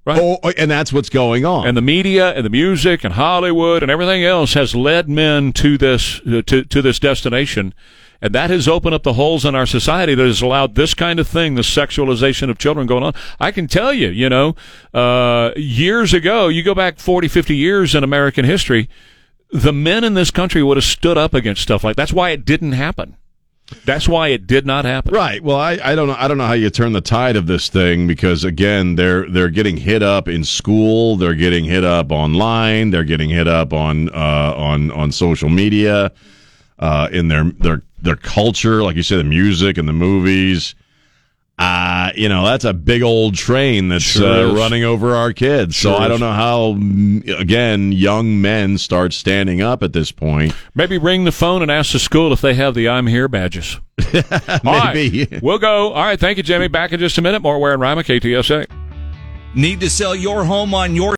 A: Right.
B: Oh, and that's what's going on.
A: and the media and the music and Hollywood and everything else has led men to this uh, to to this destination, and that has opened up the holes in our society that has allowed this kind of thing, the sexualization of children going on. I can tell you, you know, uh, years ago, you go back 40, 50 years in American history, the men in this country would have stood up against stuff like that's why it didn't happen. That's why it did not happen.
B: right. Well, I, I don't know. I don't know how you turn the tide of this thing because again, they're they're getting hit up in school. They're getting hit up online. They're getting hit up on uh, on on social media, uh, in their their their culture, like you said, the music and the movies. Uh, you know that's a big old train that's
A: Sure
B: uh,
A: is.
B: running over our kids. so
A: Sure
B: I
A: is.
B: don't know how mm, again young men start standing up at this point.
A: Maybe ring the phone and ask the school if they have the I'm Here badges. All right,
B: Maybe.
A: we'll go. All right. Thank you, Jamie. Back in just a minute. More Ware and Rima, KTSA.
H: Need to sell your home on your